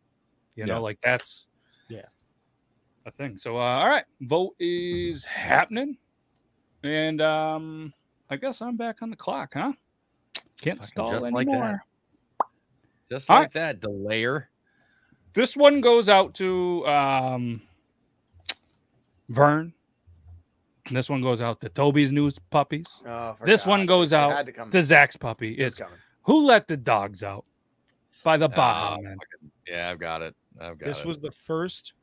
Speaker 2: You know,
Speaker 5: Yeah.
Speaker 2: like that's
Speaker 1: Yeah.
Speaker 2: a thing. So, uh, all right, vote is happening, and um, I guess I'm back on the clock, huh? Can't
Speaker 4: Fucking
Speaker 2: stall
Speaker 4: just
Speaker 2: anymore.
Speaker 4: like that. Just
Speaker 2: All
Speaker 4: like that, delayer.
Speaker 2: This one goes out to um, Vern. And this one goes out to Toby's news puppies.
Speaker 3: Oh, for
Speaker 2: This one goes
Speaker 3: God's sake, it
Speaker 2: out
Speaker 3: Had to come.
Speaker 2: To Zach's puppy.
Speaker 3: It was
Speaker 2: It's
Speaker 3: coming.
Speaker 2: Who Let the Dogs Out by the Baha
Speaker 4: Oh,
Speaker 2: Man.
Speaker 4: fucking- yeah, I've got it. I've got
Speaker 1: this
Speaker 4: it.
Speaker 1: was the first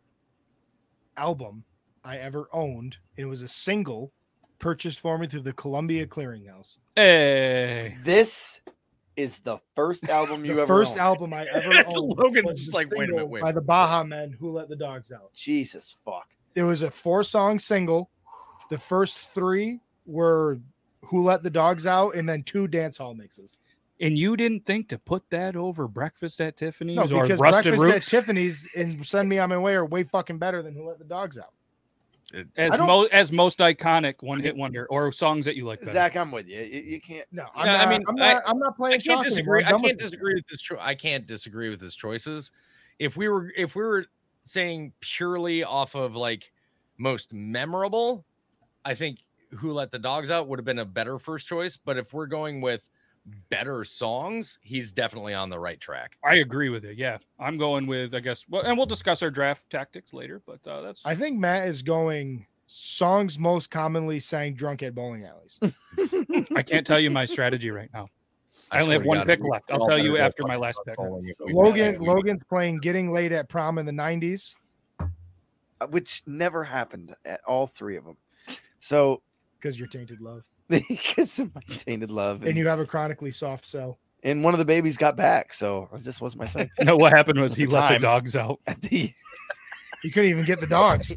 Speaker 1: album I ever owned, and it was a single purchased for me through the Columbia
Speaker 4: Hmm.
Speaker 1: Clearinghouse.
Speaker 2: Hey.
Speaker 3: This is the
Speaker 2: [laughs]
Speaker 3: first album you
Speaker 1: the
Speaker 3: ever
Speaker 1: first
Speaker 3: owned.
Speaker 4: [laughs]
Speaker 1: album I ever owned.
Speaker 4: Logan's
Speaker 1: was
Speaker 4: just
Speaker 1: the
Speaker 4: like, wait a minute,
Speaker 1: single
Speaker 4: wait a
Speaker 1: By the Baha Men Who Let the Dogs Out.
Speaker 3: Jesus fuck.
Speaker 1: It was a four song single. The first three were Who Let the Dogs Out and then two dance hall mixes.
Speaker 2: and you didn't think to put that over breakfast at Tiffany's
Speaker 1: No,
Speaker 2: or
Speaker 1: because
Speaker 2: Rusted
Speaker 1: breakfast
Speaker 2: Roots
Speaker 1: at Tiffany's and send me on my way are way fucking better than who let the dogs out.
Speaker 2: as
Speaker 1: I don't-
Speaker 2: most as most iconic one hit wonder or songs that you like. Better.
Speaker 3: Zach, I'm with you. You, you can't.
Speaker 1: No, I'm
Speaker 4: Yeah, I
Speaker 1: not, I
Speaker 4: mean,
Speaker 1: mean, I'm
Speaker 4: I-
Speaker 1: not, I, am not playing.
Speaker 4: I can't
Speaker 1: shock anymore.
Speaker 4: disagree.
Speaker 1: I'm
Speaker 4: I
Speaker 1: done with
Speaker 4: can't
Speaker 1: this.
Speaker 4: disagree with this. Cho- I can't disagree with his choices. If we were, if we were saying purely off of like most memorable, I think "Who Let the Dogs Out" would have been a better first choice. But if we're going with better songs, he's definitely on the right track.
Speaker 2: I agree with you. Yeah, I'm going with I guess. Well, and we'll discuss our draft tactics later. But uh, that's
Speaker 1: I think Matt is going songs most commonly sang drunk at bowling alleys.
Speaker 2: I can't tell you my strategy right now. I only
Speaker 4: swear
Speaker 2: have
Speaker 4: to
Speaker 2: one
Speaker 4: God,
Speaker 2: pick
Speaker 4: we-
Speaker 2: left.
Speaker 4: we
Speaker 2: I'll
Speaker 4: all
Speaker 2: tell
Speaker 4: better
Speaker 2: you
Speaker 4: go
Speaker 2: after
Speaker 4: fuck
Speaker 2: my last
Speaker 4: about
Speaker 2: pick.
Speaker 4: bowling if we-
Speaker 1: Logan
Speaker 4: we-
Speaker 1: Logan's playing "Getting Laid at Prom" in the '90s.
Speaker 3: uh, Which never happened at all three of them. So [laughs]
Speaker 1: because you're tainted love
Speaker 3: because of my tainted love,
Speaker 1: and you have a chronically soft cell.
Speaker 3: and one of the babies got back, so it just wasn't
Speaker 2: [laughs]
Speaker 3: my thing.
Speaker 2: No, what happened was
Speaker 3: At
Speaker 2: he
Speaker 3: the
Speaker 2: let the
Speaker 3: time.
Speaker 2: dogs out.
Speaker 3: At the-
Speaker 1: You couldn't even get the dogs.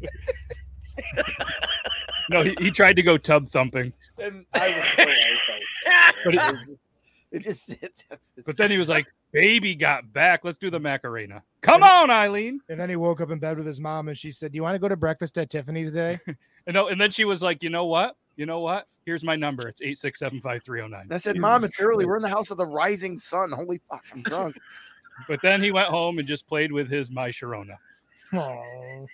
Speaker 2: No, he, he tried to go tub thumping,
Speaker 3: and I was so
Speaker 2: [laughs] but, it,
Speaker 3: excited. [laughs] it just, it just it's,
Speaker 2: but then he was like, "Baby got back. Let's do the Macarena. Come on, Eileen."
Speaker 1: And then he woke up in bed with his mom and she said, Do you want to go to breakfast at Tiffany's today?
Speaker 2: And no, and then she was like, "You know what? You know what? Here's my number. It's eight six seven five three zero nine.
Speaker 3: And I said, Mom, it's early. We're in the house of the rising sun. Holy fuck,
Speaker 2: [laughs]
Speaker 3: I'm drunk.
Speaker 2: But then he went home and just played with his my Sharona.
Speaker 1: Aw.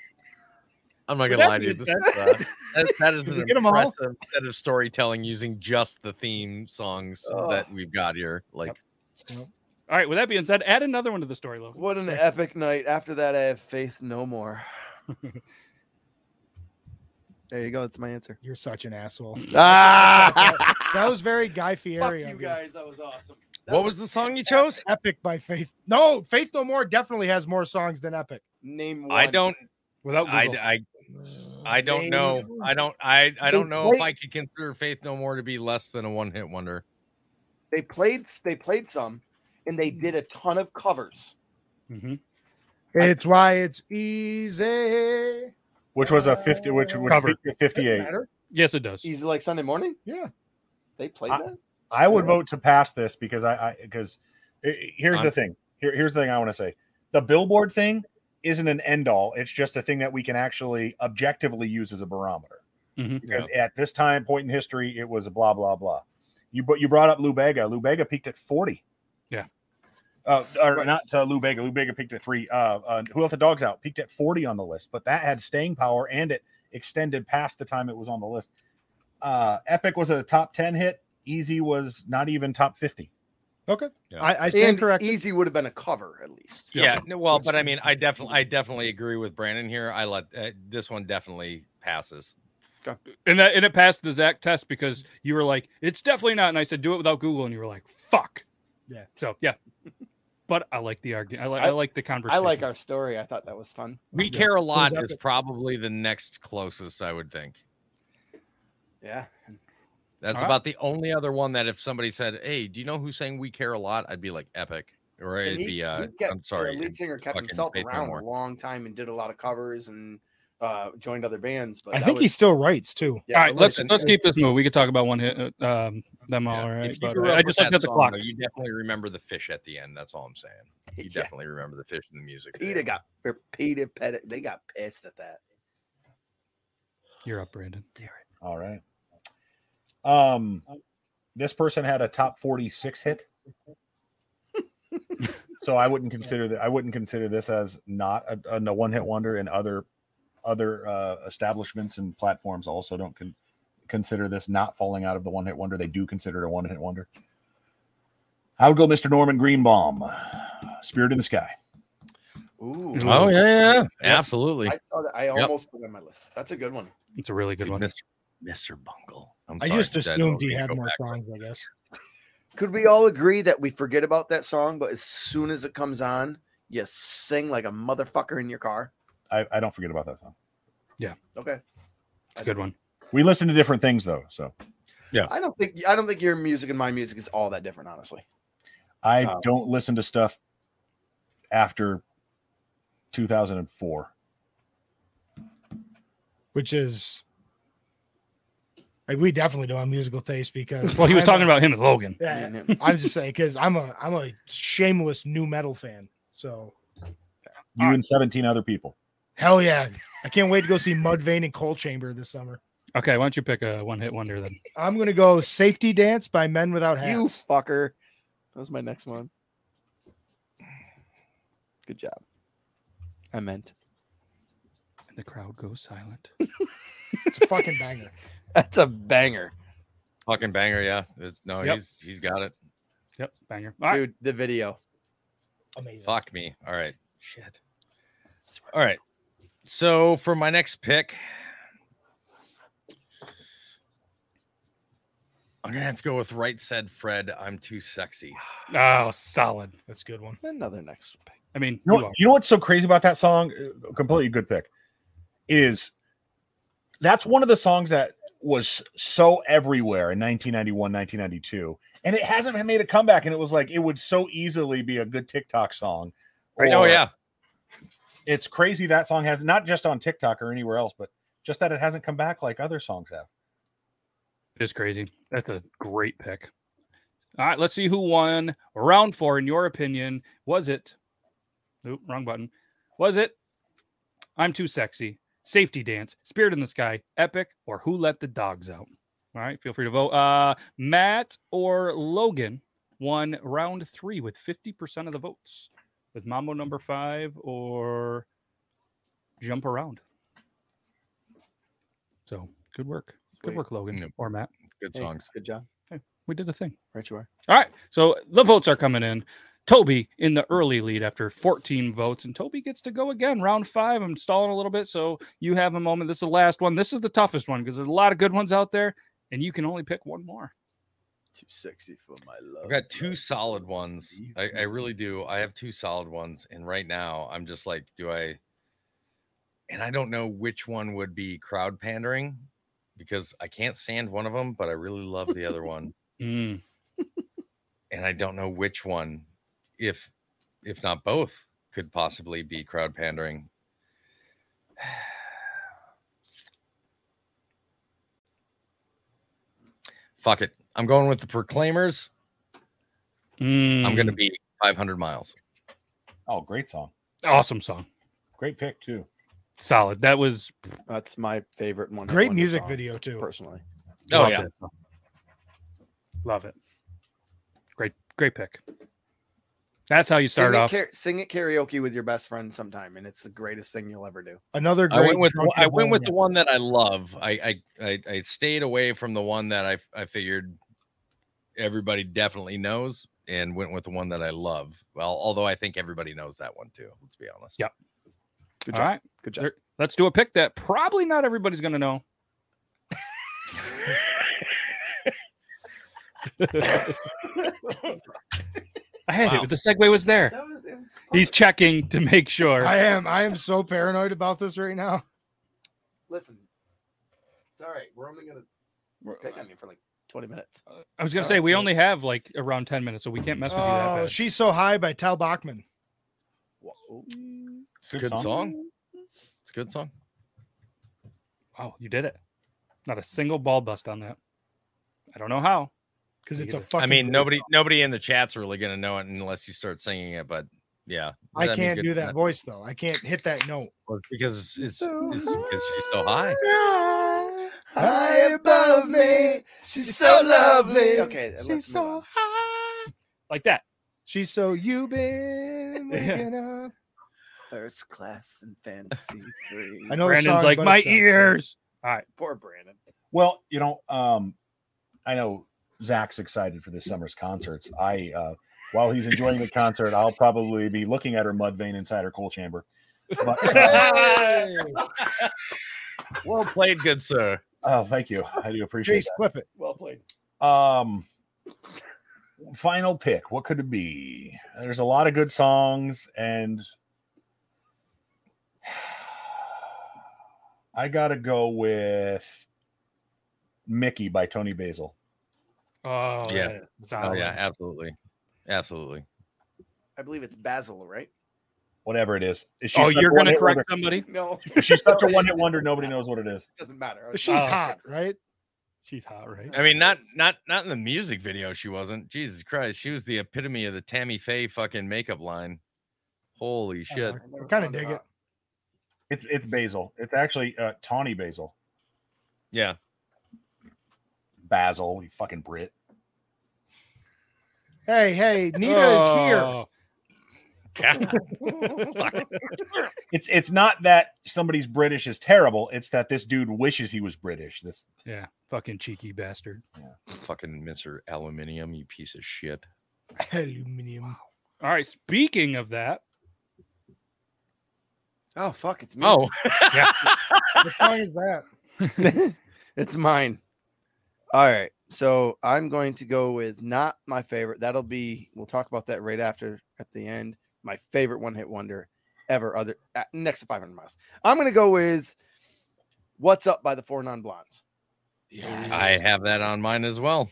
Speaker 4: I'm not
Speaker 2: But
Speaker 4: gonna
Speaker 2: that
Speaker 4: lie, dude.
Speaker 2: being
Speaker 4: This is,
Speaker 1: [laughs]
Speaker 4: uh, that, that is
Speaker 1: Did
Speaker 4: an
Speaker 1: we get 'em all?
Speaker 4: impressive set of storytelling using just the theme songs
Speaker 3: Oh.
Speaker 4: that we've got here. Like,
Speaker 2: All right. With that being said, add another one to the story, Logan.
Speaker 3: What an epic night. After that, I have faith
Speaker 2: [laughs]
Speaker 3: no more. There you go. That's my answer.
Speaker 1: You're such an asshole.
Speaker 3: Ah!
Speaker 1: That was very Guy
Speaker 3: fuck
Speaker 1: Fieri. of
Speaker 3: you guys. That was awesome. That
Speaker 4: what was the song you chose?
Speaker 1: Epic by Faith. No, Faith No More definitely has more songs than Epic.
Speaker 3: Name one.
Speaker 4: I don't.
Speaker 2: Without
Speaker 4: I,
Speaker 2: Google.
Speaker 4: I I don't
Speaker 3: Maybe.
Speaker 4: know. I don't. I I don't know if
Speaker 3: Wait.
Speaker 4: I could consider Faith No More to be less than a one hit wonder.
Speaker 3: They played. They played some, and
Speaker 1: Hmm.
Speaker 3: they did a ton of covers.
Speaker 2: Mhm.
Speaker 1: It's why it's easy.
Speaker 5: which was a 50, which was
Speaker 2: Cover.
Speaker 5: 58.
Speaker 1: Matter?
Speaker 2: Yes, it does.
Speaker 3: Easy like Sunday morning.
Speaker 1: Yeah.
Speaker 3: They played
Speaker 5: I-
Speaker 3: that.
Speaker 5: I would vote to pass this because I because here's the
Speaker 4: I'm-
Speaker 5: thing. Here, here's the thing I want to say. The billboard thing isn't an end all. It's just a thing that we can actually objectively use as a barometer.
Speaker 2: Mhm.
Speaker 5: Because at this time point in history, it was a blah blah blah. You but you brought up Lubega. Lubega peaked at forty.
Speaker 2: Yeah.
Speaker 5: Uh, or
Speaker 3: Right.
Speaker 5: not uh, Lubega. Lubega peaked at three. Uh, uh, who else? The dogs out peaked at forty on the list, but that had staying power and it extended past the time it was on the list. Uh, Epic was a top ten hit. Easy was not even top fifty.
Speaker 1: Okay.
Speaker 4: Yeah.
Speaker 1: I, I stand
Speaker 3: and
Speaker 1: corrected.
Speaker 3: Easy would have been a cover at least.
Speaker 2: Yeah.
Speaker 4: Yeah. no, well, but I mean, I definitely, I definitely agree with Brandon here. I let uh, this one definitely passes.
Speaker 2: And that and it passed the Zach test because you were like, it's definitely not. And I said, do it without Google, and you were like, fuck.
Speaker 1: Yeah.
Speaker 2: So yeah. [laughs] But I like the argument. I, li- I,
Speaker 3: I-
Speaker 2: like the conversation.
Speaker 3: I like our story. I thought that was fun.
Speaker 4: We
Speaker 1: Yeah.
Speaker 4: care a lot
Speaker 1: Who's
Speaker 4: is
Speaker 1: Epic?
Speaker 4: probably the next closest, I would think.
Speaker 3: Yeah.
Speaker 4: That's
Speaker 3: Uh-huh.
Speaker 2: All right.
Speaker 4: about the only other one that if somebody said, "Hey, do you know who's saying we care a lot?" I'd be like, "Epic," or
Speaker 3: And
Speaker 4: it'd
Speaker 3: he-
Speaker 4: be, uh,
Speaker 3: he kept-
Speaker 4: "I'm sorry."
Speaker 3: The lead singer kept
Speaker 4: fucking
Speaker 3: himself
Speaker 4: Faith No
Speaker 3: around
Speaker 4: More.
Speaker 3: a long time and did a lot of covers and uh, joined other bands. But
Speaker 1: I
Speaker 3: that
Speaker 1: think
Speaker 3: was-
Speaker 1: he still writes too.
Speaker 3: yeah,
Speaker 2: all
Speaker 3: [laughs]
Speaker 2: right,
Speaker 3: that
Speaker 2: let's
Speaker 3: was-
Speaker 2: let's keep this moving. We could talk about one hit uh, um, them
Speaker 4: Yeah.
Speaker 2: all right.
Speaker 4: If you
Speaker 2: But uh,
Speaker 4: grew up
Speaker 2: I
Speaker 4: with
Speaker 2: just looked
Speaker 4: that
Speaker 2: at the
Speaker 4: song,
Speaker 2: clock.
Speaker 4: though, you definitely remember the fish at the end. That's all I'm saying. You
Speaker 3: yeah,
Speaker 4: definitely remember the fish and the music.
Speaker 3: Peter got or Peter Pettit. They got pissed at that.
Speaker 2: You're up, Brandon.
Speaker 5: All right. Um, this person had a top forty-six hit, so I wouldn't consider that. I wouldn't consider this as not a, a one-hit wonder, and other other uh, establishments and platforms also don't con- consider this not falling out of the one-hit wonder. They do consider it a one-hit wonder. I would go, Mr. Norman Greenbaum, "Spirit in the Sky."
Speaker 3: Ooh,
Speaker 2: Ooh.
Speaker 4: Oh yeah, yeah, yeah.
Speaker 3: Yeah.
Speaker 4: absolutely.
Speaker 3: I saw that. I
Speaker 4: Yep.
Speaker 3: almost put it on my list. That's a good one.
Speaker 2: It's a really good
Speaker 4: Dude,
Speaker 2: one.
Speaker 4: Mr. Mr. Bungle. I'm
Speaker 1: I
Speaker 4: sorry,
Speaker 1: just
Speaker 4: that
Speaker 1: assumed
Speaker 4: already
Speaker 1: he had
Speaker 4: go
Speaker 1: more
Speaker 4: back.
Speaker 1: songs, I guess.
Speaker 3: Could we all agree that we forget about that song, but as soon as it comes on, you sing like a motherfucker in your car?
Speaker 5: I, I don't forget about that song.
Speaker 3: Okay.
Speaker 2: It's a good one.
Speaker 5: We listen to different things though, so
Speaker 3: I don't think I don't think your music and my music is all that different, honestly.
Speaker 5: I
Speaker 3: Oh.
Speaker 5: don't listen to stuff after 2004.
Speaker 1: Which is Like we definitely don't have musical taste because
Speaker 2: Well, he was
Speaker 1: I'm
Speaker 2: talking
Speaker 1: a-
Speaker 2: about him and Logan.
Speaker 1: Yeah,
Speaker 3: Me and him.
Speaker 1: I'm just saying because I'm a I'm a shameless new metal fan. So
Speaker 5: You and 17 other people.
Speaker 1: hell yeah, I can't wait to go see Mudvayne and Cold Chamber this summer.
Speaker 2: Okay, why don't you pick a one hit wonder then?
Speaker 1: I'm gonna go Safety Dance by Men Without
Speaker 3: You
Speaker 1: Hats.
Speaker 3: fucker. That was my next one. Good job. I meant. [laughs]
Speaker 2: And the crowd goes
Speaker 4: [laughs]
Speaker 2: silent.
Speaker 1: It's a fucking banger.
Speaker 3: That's a banger.
Speaker 4: Fucking banger, yeah. It's, no,
Speaker 2: Yep.
Speaker 4: he's he's got it.
Speaker 2: Yep, banger. All right.
Speaker 3: Dude, the video.
Speaker 1: Amazing.
Speaker 4: Fuck me. All right. Shit. All right. So for my next pick, I'm gonna have to go with Right Said Fred. I'm too sexy.
Speaker 2: Oh, solid.
Speaker 1: That's a good one.
Speaker 3: Another next pick.
Speaker 2: I mean,
Speaker 5: You
Speaker 2: you
Speaker 5: know, what-
Speaker 2: are.
Speaker 5: you know what's so crazy about that song? Uh, Completely good pick. Is that's one of the songs that was so everywhere in 1991, 1992, and it hasn't been made a comeback. And it was like it would so easily be a good TikTok song.
Speaker 4: Oh
Speaker 5: or-
Speaker 4: yeah.
Speaker 5: it's crazy that song has not just on TikTok or anywhere else, but just that it hasn't come back like other songs have.
Speaker 2: It is crazy. That's a great pick. All right, let's see who won round four. In your opinion, was it? Oop, wrong button. Was it? I'm too sexy. Safety dance. Spirit in the sky. Epic or who let the dogs out? All right, feel free to vote. Uh, Matt or Logan won round three with 50% of the votes. With Mambo number five or jump around. So good work. Good
Speaker 3: Sweet.
Speaker 2: work, Logan
Speaker 4: Yep.
Speaker 2: or Matt.
Speaker 4: Good
Speaker 3: Hey,
Speaker 4: songs.
Speaker 3: Good job.
Speaker 2: We did a thing.
Speaker 3: Right you are.
Speaker 2: All right. So the votes are coming in. Toby in the early lead after 14 votes, and Toby gets to go again. Round five. I'm stalling a little bit, so you have a moment. This is the last one. This is the toughest one because there's a lot of good ones out there, and you can only pick one more.
Speaker 3: Too sexy for my love.
Speaker 4: I've got two solid ones. I, I really do. I have two solid ones, and right now I'm just like, do I? And I don't know which one would be crowd pandering because I can't stand one of them, but I really love the other [laughs] one,
Speaker 2: Mm,
Speaker 4: and I don't know which one, if if not both, could possibly be crowd pandering. [sighs] Fuck it. I'm going with the Proclaimers. I'm going to
Speaker 2: mm.
Speaker 4: be 500 miles.
Speaker 5: Oh, great song.
Speaker 2: awesome song.
Speaker 5: Great pick, too.
Speaker 2: Solid. That was
Speaker 3: That's my favorite one.
Speaker 1: Great music video too.
Speaker 3: personally.
Speaker 4: Oh,
Speaker 2: love
Speaker 4: yeah.
Speaker 2: that song. Love it. Great, great pick. That's how you start
Speaker 3: sing
Speaker 2: off.
Speaker 3: It, kara- sing it karaoke with your best friend sometime, and it's the greatest thing you'll ever do.
Speaker 1: Another great
Speaker 4: I went with
Speaker 1: drunken
Speaker 4: I went with
Speaker 1: bohemian.
Speaker 4: the one that I love. I I I, I stayed away from the one that I I figured everybody definitely knows, and went with the one that I love. Well, although I think everybody knows that one too. Let's be honest.
Speaker 2: Yeah.
Speaker 3: Good
Speaker 2: All
Speaker 3: job.
Speaker 2: right,
Speaker 3: Good job.
Speaker 2: There- er, let's do a pick that probably not everybody's going to know. [laughs] I had
Speaker 4: Wow.
Speaker 2: it. The segue was there.
Speaker 3: [laughs] That was- it was
Speaker 2: He's checking to make sure.
Speaker 1: I am I am so paranoid about this right now.
Speaker 3: Listen, it's all right. We're uh, only gonna pick on you for like twenty minutes.
Speaker 2: I was going to
Speaker 3: Oh,
Speaker 2: say
Speaker 3: that's
Speaker 2: we
Speaker 3: it.
Speaker 2: only have like around ten minutes, so we can't mess with you that
Speaker 1: Oh,
Speaker 2: bad.
Speaker 1: she's so high by Tal Bachman.
Speaker 3: Whoa.
Speaker 4: It's a good song. It's a good song.
Speaker 2: wow, you did it! Not a single ball bust on that. I don't know how.
Speaker 1: Because
Speaker 2: Me
Speaker 1: it's a
Speaker 2: either.
Speaker 1: fucking.
Speaker 4: I mean,
Speaker 1: great
Speaker 4: nobody
Speaker 1: song.
Speaker 4: nobody in the chat's really gonna know it unless you start singing it. But yeah,
Speaker 1: I
Speaker 4: that'd be
Speaker 1: can't
Speaker 4: good
Speaker 1: do
Speaker 4: to
Speaker 1: that
Speaker 4: know.
Speaker 1: voice though. I can't hit that note.
Speaker 4: Well, because it's it's it's because she's so high.
Speaker 3: High above me, she's so lovely. Okay, let's
Speaker 1: she's
Speaker 3: move
Speaker 1: so
Speaker 3: on.
Speaker 1: high.
Speaker 2: Like that.
Speaker 1: She's so you've
Speaker 3: [laughs]
Speaker 1: been
Speaker 2: Yeah.
Speaker 1: waking up.
Speaker 3: first class and fancy free.
Speaker 1: I know the
Speaker 2: Brandon's
Speaker 1: song,
Speaker 2: like
Speaker 1: but it
Speaker 2: my
Speaker 1: sucks, man."
Speaker 2: ears.
Speaker 3: Poor Brandon.
Speaker 5: Well, you know, um, I know Zach's excited for this summer's concerts. I, uh, while he's enjoying the concert, I'll probably be looking at her Mudvayne inside her coal chamber. But,
Speaker 1: [laughs]
Speaker 5: uh,
Speaker 1: Hey,
Speaker 4: Well played, good sir.
Speaker 5: oh, thank you. I do appreciate
Speaker 1: Chase, clip it.
Speaker 3: Well played.
Speaker 5: that. Um, final pick. What could it be? There's a lot of good songs, and [sighs] I gotta go with Mickey by Tony Basil.
Speaker 2: Oh
Speaker 4: Yeah.
Speaker 2: that is
Speaker 4: Oh
Speaker 2: solid.
Speaker 4: yeah, absolutely, absolutely.
Speaker 3: I believe it's Basil, right?
Speaker 5: Whatever it is. Is
Speaker 2: Oh,
Speaker 5: such
Speaker 2: you're going
Speaker 5: a
Speaker 2: to
Speaker 5: one-hit
Speaker 2: correct
Speaker 5: wonder?
Speaker 2: somebody?
Speaker 3: [laughs] No,
Speaker 5: She's such a one hit wonder. Nobody knows what it is.
Speaker 3: Doesn't matter. I was-
Speaker 1: She's
Speaker 2: Oh.
Speaker 1: hot, right?
Speaker 2: She's hot, right?
Speaker 4: I mean, not not not in the music video. She wasn't. Jesus Christ, she was the epitome of the Tammy Faye fucking makeup line. Holy shit!
Speaker 1: kind
Speaker 3: Oh,
Speaker 1: of dig it.
Speaker 5: It's it's basil. It's actually uh, tawny basil.
Speaker 4: Yeah,
Speaker 5: Basil, you fucking Brit.
Speaker 1: Hey, hey, Nita is here.
Speaker 2: Oh,
Speaker 4: God.
Speaker 5: It's it's not that somebody's British is terrible. It's that this dude wishes he was British. This
Speaker 2: Yeah, fucking cheeky bastard.
Speaker 4: fucking Mister Aluminium, you piece of shit.
Speaker 1: Aluminium.
Speaker 2: All right. Speaking of that,
Speaker 3: Oh fuck, it's me.
Speaker 4: Oh,
Speaker 1: What song is that?
Speaker 3: [laughs] it's mine. All right. So I'm going to go with not my favorite. That'll be we'll talk about that right after at the end. My favorite one hit wonder ever, other uh, next to 500 miles. I'm going to go with "What's Up" by the Four Non Blondes.
Speaker 4: I have that on mine as well.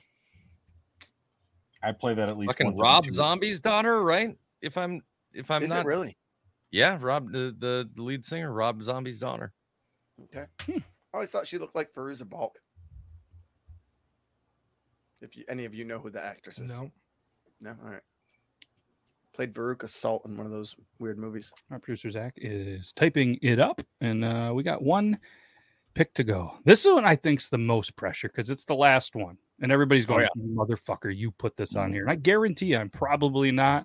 Speaker 5: I play that at least.
Speaker 4: Fucking
Speaker 5: once every
Speaker 4: Rob
Speaker 5: two weeks.
Speaker 4: Zombie's daughter, right? If I'm if I'm
Speaker 3: Is it
Speaker 4: not
Speaker 3: really?
Speaker 4: yeah, Rob the, the the lead singer, Rob Zombie's daughter.
Speaker 3: Okay. I always thought she looked like Feruza Balk. If you, any of you know who the actress is,
Speaker 1: No.
Speaker 3: no, all right. Played Veruca Salt in one of those weird movies.
Speaker 2: our producer Zach is typing it up, and uh, we got one pick to go. This one I think's the most pressure because it's the last one, and everybody's
Speaker 4: Oh,
Speaker 2: going, "Motherfucker, you put this on here." And I guarantee you, I'm probably not,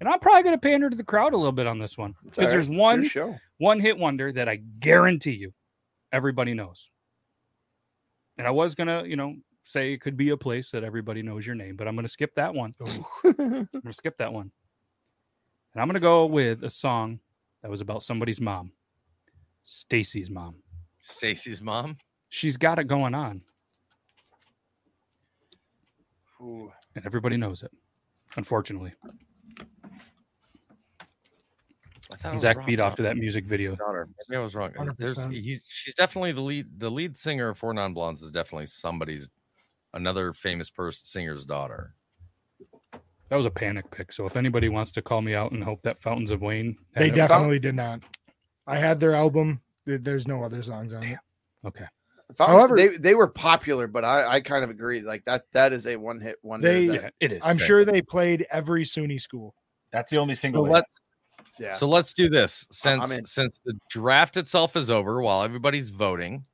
Speaker 2: and I'm probably going to pander to the crowd a little bit on this one
Speaker 3: It's all
Speaker 2: because there's
Speaker 3: right. It's your
Speaker 2: one
Speaker 3: show.
Speaker 2: one hit wonder that I guarantee you everybody knows. And I was gonna, you know, say it could be a place that everybody knows your name, but I'm gonna skip that one. [laughs] I'm gonna skip that one. And I'm gonna go with a song that was about somebody's mom, Stacy's mom.
Speaker 4: Stacy's mom.
Speaker 2: She's got it going on,
Speaker 3: Ooh.
Speaker 2: and everybody knows it. Unfortunately,
Speaker 4: I thought it was
Speaker 2: Zach
Speaker 4: Rob
Speaker 2: beat off to that
Speaker 4: Zombie's
Speaker 2: music video.
Speaker 4: daughter. Maybe I was wrong. uh, There's
Speaker 1: 100%.
Speaker 4: he's, she's definitely the lead the lead singer of Four Non Blondes is definitely somebody's another famous person singer's daughter.
Speaker 2: That was a panic pick. So if anybody wants to call me out and hope that Fountains of Wayne, had
Speaker 1: They
Speaker 2: it-
Speaker 1: definitely did not. I had their album. There- There's no other songs on it.
Speaker 2: okay.
Speaker 3: Fountain-
Speaker 1: However-
Speaker 3: they they were popular, but I, I kind of agree. Like that that is a one hit wonder.
Speaker 1: They-
Speaker 3: that-
Speaker 2: Yeah, it is.
Speaker 1: I'm
Speaker 4: Okay.
Speaker 1: sure they played every SUNY school.
Speaker 5: That's the only
Speaker 4: So
Speaker 5: single. they-
Speaker 4: let's
Speaker 3: yeah.
Speaker 4: so let's do this
Speaker 3: I'm
Speaker 4: since
Speaker 3: in.
Speaker 4: since the draft itself is over while everybody's voting.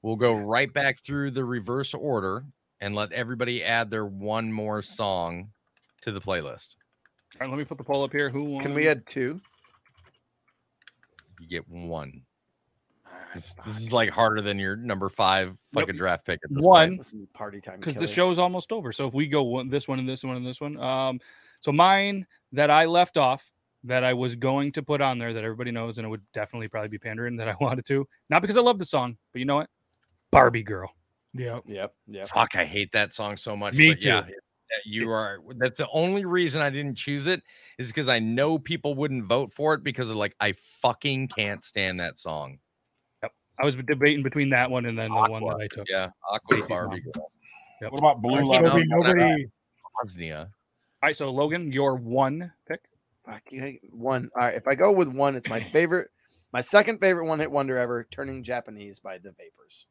Speaker 4: We'll go right back through the reverse order and let everybody add their one more song to the playlist.
Speaker 2: All right, let me put the poll up here. Who
Speaker 3: Can
Speaker 2: won?
Speaker 3: we add two?
Speaker 4: You get one.
Speaker 3: Ah,
Speaker 4: This,
Speaker 3: fuck.
Speaker 4: this is like harder than your number five
Speaker 2: Nope.
Speaker 4: fucking draft pick. at this point.
Speaker 2: One,
Speaker 3: Listen, to party time.
Speaker 2: because the
Speaker 3: Killer.
Speaker 2: show's almost over. So if we go one, this one and this one and this one, um, so mine that I left off that I was going to put on there that everybody knows and it would definitely probably be pandering that I [laughs] wanted to, not because I love the song, but you know what, Barbie Girl.
Speaker 1: Yep.
Speaker 3: Yep. Yep.
Speaker 4: Fuck, I hate that song so much.
Speaker 2: Me
Speaker 4: but Yeah, that you are. That's the only reason I didn't choose it is because I know people wouldn't vote for it because they're like, I fucking can't stand that song.
Speaker 2: I was debating between that one and then the one that I took.
Speaker 4: Yeah, Aqua
Speaker 2: Stacy's
Speaker 4: Barbie Girl.
Speaker 5: What about
Speaker 1: I
Speaker 5: Blue
Speaker 1: think
Speaker 4: Love.
Speaker 5: Light?
Speaker 1: there'll be
Speaker 4: No, not
Speaker 1: nobody.
Speaker 4: Bosnia.
Speaker 2: All right, so Logan, your one pick.
Speaker 3: Fuck, yeah, one. All right. If I go with one, it's my favorite, my second favorite one hit wonder ever, Turning Japanese by the Vapors.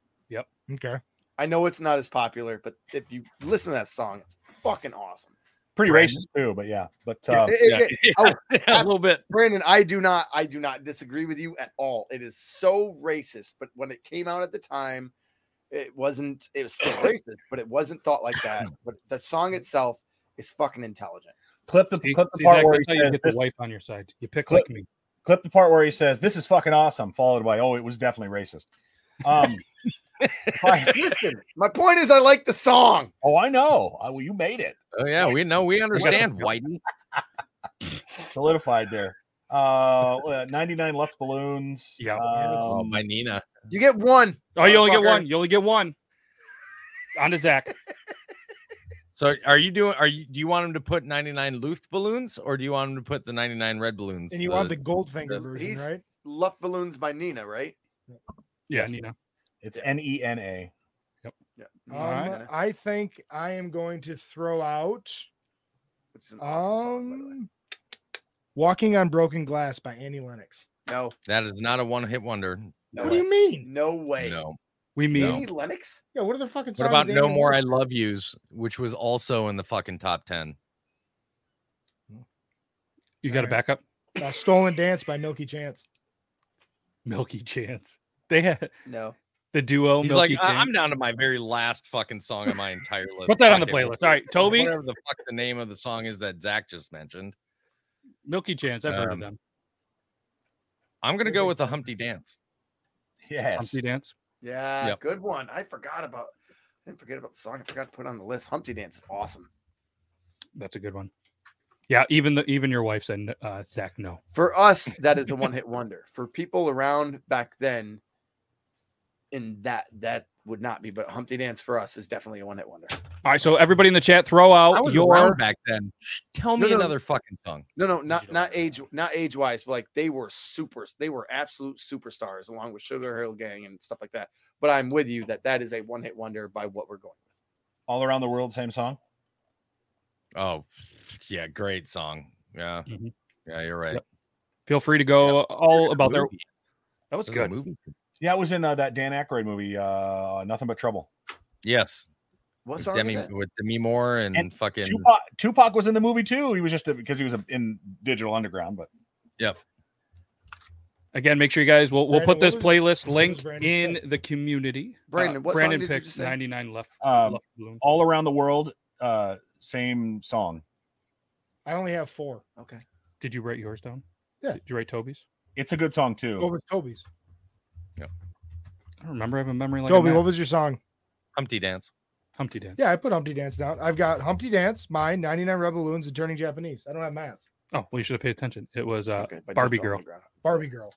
Speaker 1: Okay.
Speaker 3: I know it's not as popular, but if you listen to that song, it's fucking awesome.
Speaker 5: Pretty racist too, but yeah. But uh,
Speaker 3: It- it- it-
Speaker 2: [laughs]
Speaker 3: oh.
Speaker 4: yeah, a little bit.
Speaker 3: Brandon, I do not, I do not disagree with you at all. It is so racist, but when it came out at the time, it wasn't. It was
Speaker 4: [laughs]
Speaker 3: still racist, but it wasn't thought like that. But the song itself is fucking intelligent.
Speaker 5: clip the
Speaker 2: See,
Speaker 5: clip the
Speaker 2: see,
Speaker 5: part
Speaker 2: Zach,
Speaker 5: where
Speaker 2: that's how
Speaker 5: he
Speaker 2: you
Speaker 5: says
Speaker 2: get the
Speaker 5: this,
Speaker 2: wife on your side. You pick
Speaker 5: Clip-
Speaker 2: like me.
Speaker 5: clip the part where he says this is fucking awesome, followed by oh it was definitely racist. Um, [laughs] if I-
Speaker 3: Listen, my point is, I like the song.
Speaker 5: oh I know. I, well, you made it
Speaker 4: Oh yeah, we know we
Speaker 5: got the-
Speaker 4: understand Whitey.
Speaker 5: solidified there. Uh, uh, 99 left balloons.
Speaker 2: Yeah.
Speaker 4: oh
Speaker 5: Um,
Speaker 4: my Nina.
Speaker 3: You get one.
Speaker 2: Oh, you only get
Speaker 3: Motherfucker.
Speaker 2: one. You only get one. On to Zach.
Speaker 4: So are you doing? Are you? Do you want him to put ninety nine Luft balloons, or do you want him to put the ninety nine red balloons?
Speaker 1: And you want the
Speaker 4: the-
Speaker 1: Goldfinger version,
Speaker 3: he's-
Speaker 1: right?
Speaker 3: Love Balloons by Nina, right?
Speaker 2: Yeah,
Speaker 5: [laughs] Yes.
Speaker 2: Nina.
Speaker 5: it's N E N A.
Speaker 3: Yeah.
Speaker 1: Um,
Speaker 2: Alright.
Speaker 1: I think I am going to throw out
Speaker 3: Which is an awesome song, by the way.
Speaker 1: um, "Walking on Broken Glass" by Annie Lennox.
Speaker 3: No,
Speaker 4: That is not a one hit wonder.
Speaker 3: no
Speaker 1: what
Speaker 3: way.
Speaker 1: do you mean?
Speaker 3: No way.
Speaker 4: No,
Speaker 2: We meet.
Speaker 4: No.
Speaker 3: Annie Lennox?
Speaker 1: Yeah, what are the fucking
Speaker 4: What
Speaker 1: songs
Speaker 4: about
Speaker 1: they
Speaker 4: No
Speaker 1: even
Speaker 4: More I
Speaker 1: like?
Speaker 4: Love Yous, which was also in the fucking top 10?
Speaker 2: You got a
Speaker 1: Alright.
Speaker 2: backup?
Speaker 1: Uh, Stolen Dance by Milky Chance.
Speaker 2: Milky Chance. They had
Speaker 3: No.
Speaker 2: the duo.
Speaker 4: He's
Speaker 2: Milky
Speaker 4: like,
Speaker 2: Chance.
Speaker 4: I- am down to my very last fucking song on my entire list.
Speaker 2: Put that on the
Speaker 4: Fuck it.
Speaker 2: playlist. All right, Toby,
Speaker 4: Whatever the fuck the name of the song is that Zach just mentioned.
Speaker 2: Milky Chance. I've heard of
Speaker 4: Um,
Speaker 2: them.
Speaker 4: I'm gonna go with the Humpty Dance.
Speaker 5: Yes.
Speaker 2: Humpty Dance.
Speaker 3: Yeah,
Speaker 4: Yep.
Speaker 3: good one. I forgot about. I didn't forget about the song. I forgot to put it on the list. Humpty Dance is awesome.
Speaker 2: That's a good one. Yeah, even the even your wife said uh, Zach no.
Speaker 3: For us, that [laughs] is a one-hit wonder. For people around back then, and that that would not be. But Humpty Dance for us is definitely a one-hit wonder.
Speaker 2: All right, so everybody in the chat, throw
Speaker 4: I
Speaker 2: out
Speaker 4: was
Speaker 2: Oh, your
Speaker 4: around back then. Shh, Tell
Speaker 3: No,
Speaker 4: me
Speaker 3: no, no.
Speaker 4: another fucking song.
Speaker 3: No, no, not
Speaker 2: Digital.
Speaker 3: not age, not age wise, but like they were super, they were absolute superstars along with Sugar Hill Gang and stuff like that. But I'm with you that that is a one hit wonder by what we're going with.
Speaker 5: All around the world, same song.
Speaker 4: Oh, yeah, great song. Yeah,
Speaker 2: Mhm.
Speaker 4: yeah, you're right.
Speaker 2: Yep. Feel free to go all
Speaker 4: There's a
Speaker 2: about their.
Speaker 4: movie.
Speaker 2: That was
Speaker 4: There's a
Speaker 2: good.
Speaker 4: movie.
Speaker 5: Yeah, it was in uh, that Dan Aykroyd movie, uh, Nothing But Trouble.
Speaker 4: Yes,
Speaker 3: What
Speaker 4: with
Speaker 3: song
Speaker 4: Demi
Speaker 3: is that?
Speaker 4: with Demi Moore and,
Speaker 5: And
Speaker 4: fucking
Speaker 5: Tupac, Tupac was in the movie too. He was just because he was in Digital Underground, but
Speaker 2: Again, make sure you guys. We'll we'll
Speaker 1: Brandon,
Speaker 2: put
Speaker 1: what
Speaker 2: this
Speaker 1: was-
Speaker 2: playlist
Speaker 1: what
Speaker 2: link
Speaker 1: was Brandon's
Speaker 2: in the community. Uh,
Speaker 3: Brandon, what song
Speaker 2: Brandon
Speaker 3: did you
Speaker 2: picked
Speaker 3: just say?
Speaker 2: 99 left.
Speaker 5: Um,
Speaker 2: left Balloon.
Speaker 5: all around the world, uh, same song.
Speaker 1: I only have four.
Speaker 3: Okay.
Speaker 2: Did you write yours down?
Speaker 1: Yeah.
Speaker 2: Did you write Toby's?
Speaker 5: It's a good song too.
Speaker 1: What was Toby's?
Speaker 2: I don't remember. I have a memory like
Speaker 1: Toby,
Speaker 2: Toby,
Speaker 1: what was your song?
Speaker 4: Humpty Dance.
Speaker 2: Humpty Dance.
Speaker 1: Yeah, I put Humpty Dance down. I've got Humpty Dance, mine, 99 Rebel Balloons, and Turning Japanese. I don't have Matt's.
Speaker 2: Oh well, you should have paid attention. It was uh,
Speaker 3: okay by
Speaker 2: Barbie
Speaker 3: Digital
Speaker 2: Girl.
Speaker 3: Underground.
Speaker 1: Barbie Girl.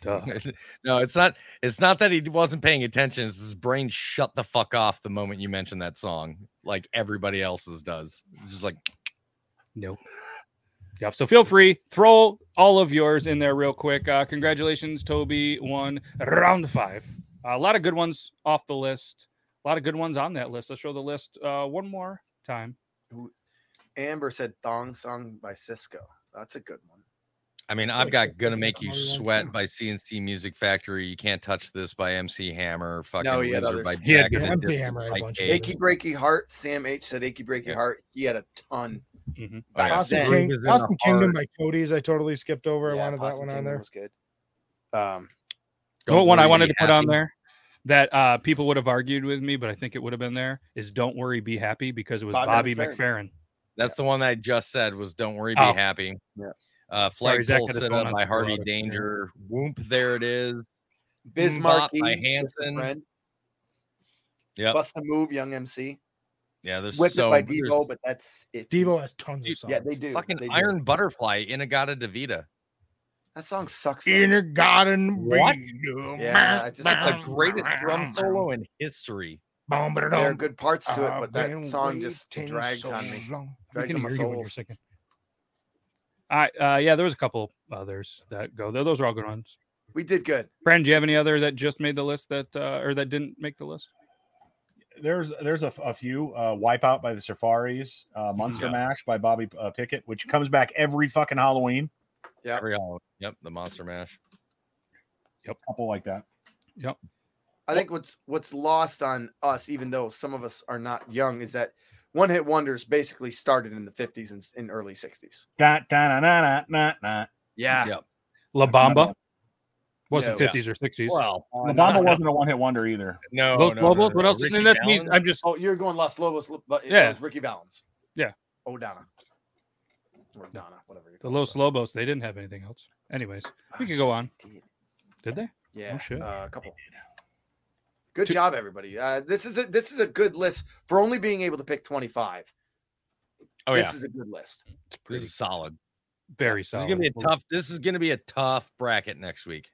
Speaker 2: duh.
Speaker 4: [laughs] no, it's not. It's not that he wasn't paying attention. It's his brain shut the fuck off the moment you mentioned that song, like everybody else's does. It's just like
Speaker 2: Nope. Yep. So feel free, throw all of yours in there real quick. Uh, congratulations, Toby. Won round five. a lot of good ones off the list. A lot of good ones on that list. Let's show the list uh, one more time.
Speaker 3: Amber said Thong Song by Cisco. That's a good one.
Speaker 4: I mean,
Speaker 1: like
Speaker 4: I've
Speaker 1: this
Speaker 4: got "Gonna
Speaker 1: thing
Speaker 4: Make
Speaker 1: that
Speaker 4: You
Speaker 1: I'm already on
Speaker 4: Sweat"
Speaker 1: too.
Speaker 4: by CNC Music Factory. You can't touch this by MC Hammer. Fucking
Speaker 3: No, he had
Speaker 4: Wizard
Speaker 3: others.
Speaker 4: by
Speaker 2: He had
Speaker 4: Jack
Speaker 2: good
Speaker 4: and
Speaker 1: ones. MC
Speaker 4: Diplo
Speaker 1: Hammer had a
Speaker 4: by
Speaker 1: bunch of
Speaker 4: Cake.
Speaker 1: others.
Speaker 3: Achy Breaky Heart. Sam H said Achy Breaky
Speaker 4: Yeah.
Speaker 3: Heart. He had a ton.
Speaker 4: Oh, yeah.
Speaker 1: Awesome,
Speaker 3: then-
Speaker 1: King,
Speaker 4: Groove is in the
Speaker 1: Awesome Kingdom
Speaker 4: heart.
Speaker 1: by Cody's. I totally skipped over.
Speaker 3: Yeah,
Speaker 1: I wanted that
Speaker 3: Possum
Speaker 1: one on
Speaker 3: Kingdom
Speaker 1: there.
Speaker 3: Was good.
Speaker 2: You
Speaker 3: Um,
Speaker 2: know
Speaker 4: Don't
Speaker 2: what Oh, one I
Speaker 4: Worry,
Speaker 2: wanted
Speaker 4: Be
Speaker 2: to put on
Speaker 4: Happy.
Speaker 2: there that uh, people would have argued with me, but I think it would have been there is "Don't Worry, Be Happy" because it was Bobby,
Speaker 3: Bobby McFerrin.
Speaker 2: McFerrin.
Speaker 4: That's the one that I just said was "Don't Worry, Be
Speaker 2: Oh.
Speaker 4: Happy."
Speaker 3: Yeah.
Speaker 4: Uh,
Speaker 2: Sorry,
Speaker 4: Flag
Speaker 2: Zach
Speaker 4: Pole
Speaker 2: had his
Speaker 4: Sit
Speaker 2: phone
Speaker 4: Up
Speaker 2: on
Speaker 4: by
Speaker 2: to blow
Speaker 4: Harvey
Speaker 2: it up.
Speaker 4: Danger. Whoop, there it is.
Speaker 3: Bismarcky
Speaker 4: by
Speaker 3: Just a
Speaker 4: Hanson.
Speaker 3: Friend,
Speaker 4: Yep.
Speaker 3: Bust a Move, Young MC.
Speaker 4: yeah, there's
Speaker 3: Whipped
Speaker 4: so
Speaker 3: it by
Speaker 4: there's
Speaker 3: Devo, but that's it.
Speaker 1: Devo has tons
Speaker 4: Dude,
Speaker 1: of songs.
Speaker 3: Yeah, they do.
Speaker 4: fucking
Speaker 3: They do.
Speaker 4: Iron Butterfly, Inagata Devita.
Speaker 3: That song sucks. though.
Speaker 1: Inner garden.
Speaker 4: What?
Speaker 3: Yeah, I just-
Speaker 4: The greatest drum solo in history.
Speaker 3: There are good parts to
Speaker 1: Ah,
Speaker 3: it, but that song just drags on me.
Speaker 2: We
Speaker 3: Drags
Speaker 2: can
Speaker 3: on my
Speaker 2: hear you when you're
Speaker 3: souls.
Speaker 2: singing. All right, uh, yeah, there was a couple others that go there. Those are all good ones.
Speaker 3: We did good.
Speaker 2: Brandon, do you have any other that just made the list that uh, or that didn't make the list?
Speaker 5: There's there's a, a few uh, Wipeout by the Safaris, uh, Monster
Speaker 4: Yeah.
Speaker 5: Mash by Bobby uh, Pickett, which comes back every fucking Halloween.
Speaker 3: Yep.
Speaker 4: Every all- Yep, the Monster Mash.
Speaker 5: Couple like that.
Speaker 3: I think what's what's lost on us, even though some of us are not young, is that one hit wonders basically started in the 50s and, s- and early 60s.
Speaker 5: Da, da, na, na, na, na.
Speaker 3: Yeah.
Speaker 4: Yep.
Speaker 2: La Bamba wasn't
Speaker 3: No.
Speaker 2: fifties or sixties.
Speaker 4: Well,
Speaker 3: Oh,
Speaker 5: The Bamba wasn't a one hit wonder either.
Speaker 4: no,
Speaker 2: Los
Speaker 4: no, no,
Speaker 2: Lobos.
Speaker 4: no,
Speaker 2: What
Speaker 4: no.
Speaker 2: else?
Speaker 4: Ricky
Speaker 2: and that's me.
Speaker 4: Fallon?
Speaker 2: I'm just
Speaker 3: Oh, you're going Los Lobos, lo- but yeah.
Speaker 2: Yeah.
Speaker 3: it was Ricky Valens.
Speaker 2: Yeah.
Speaker 3: O'Donna. Or Donna, whatever. You're
Speaker 2: the
Speaker 3: calling
Speaker 2: Los
Speaker 3: her.
Speaker 2: Lobos. They didn't have anything else. Anyways, we could go on.
Speaker 3: Did.
Speaker 2: Did they?
Speaker 3: Yeah,
Speaker 2: shit.
Speaker 3: uh, a couple. Good
Speaker 2: Two-
Speaker 3: job, everybody. Uh, this is a this is a good list for only being able to pick 25.
Speaker 4: Oh
Speaker 3: this
Speaker 4: yeah,
Speaker 3: is a good list.
Speaker 2: It's
Speaker 4: this
Speaker 2: pretty
Speaker 4: is solid.
Speaker 2: very
Speaker 4: This is
Speaker 2: solid.
Speaker 4: gonna be a tough. This is gonna be a tough bracket next week.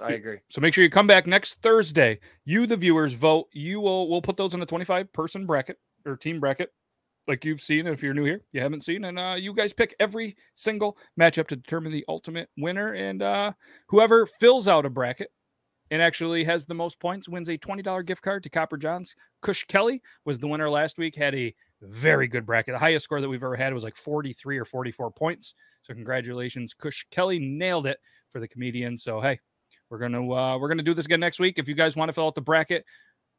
Speaker 2: [laughs]
Speaker 3: I agree.
Speaker 2: So make sure you come back next Thursday. You, the viewers, vote. You will. We'll put those in the 25 person bracket or team bracket, like you've seen. If you're new here, you haven't seen, and uh, you guys pick every single matchup to determine the ultimate winner. And uh, whoever fills out a bracket and actually has the most points wins a $20 gift card to Copper John's. Kush Kelly was the winner last week. Had a very good bracket. The highest score that we've ever had was like 43 or 44 points. So congratulations, Kush Kelly nailed it for the comedian. So hey We're gonna uh, we're gonna do this again next week. If you guys want to fill out the bracket,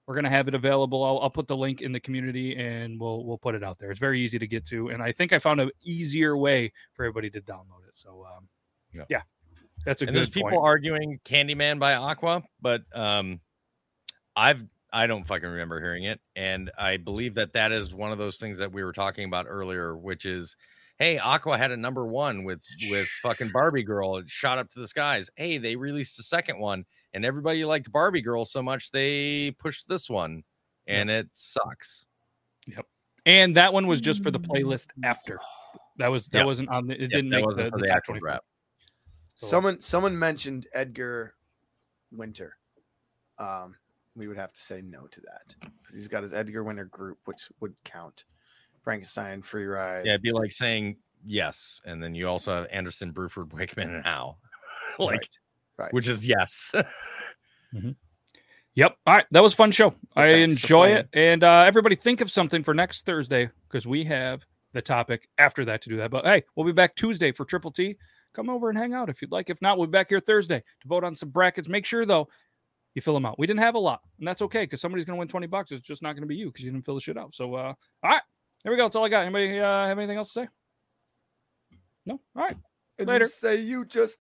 Speaker 2: we're gonna have it available. I'll, I'll put the link in the community and we'll we'll put it out there. It's very easy to get to, and I think I found an easier way for everybody to download it. So um, yeah.
Speaker 4: Yeah.
Speaker 2: that's a
Speaker 4: and
Speaker 2: good
Speaker 4: there's people
Speaker 2: point.
Speaker 4: arguing Candyman by Aqua, but um, I've I don't fucking remember hearing it, and I believe that that is one of those things that we were talking about earlier, which is, hey, Aqua had a number one with with fucking Barbie Girl, it shot up to the skies. Hey, they released a second one, and everybody liked Barbie Girl so much they pushed this one, and it sucks.
Speaker 2: and that one was just for the playlist after. That was that
Speaker 4: Yeah.
Speaker 2: wasn't on the. It
Speaker 4: Yeah,
Speaker 2: didn't
Speaker 4: that
Speaker 2: make
Speaker 4: wasn't
Speaker 2: the,
Speaker 4: for
Speaker 2: the
Speaker 4: the
Speaker 2: top
Speaker 4: actual
Speaker 2: 25.
Speaker 4: draft.
Speaker 2: So-
Speaker 3: Someone someone mentioned Edgar Winter. Um, we would have to say no to that because he's got his Edgar Winter group, which would count. Frankenstein, Free Ride.
Speaker 4: Yeah, it'd be like saying yes, and then you also have Anderson, Bruford, Wakeman, and Howe, [laughs] like
Speaker 3: Right. Right.
Speaker 4: which is yes.
Speaker 2: Yep. All right. That was a fun show. I
Speaker 3: thanks for
Speaker 2: enjoy it. And uh, everybody think of something for next Thursday because we have the topic after that to do that. But hey, we'll be back Tuesday for Triple T. Come over and hang out if you'd like. If not, we'll be back here Thursday to vote on some brackets. Make sure, though, you fill them out. We didn't have a lot, and that's okay because somebody's going to win 20 bucks. It's just not going to be you because you didn't fill the shit out. So, uh, all right. There we go. That's all I got. Anybody uh, have anything else to say? No? All right.
Speaker 3: And
Speaker 2: Later.
Speaker 3: You say you just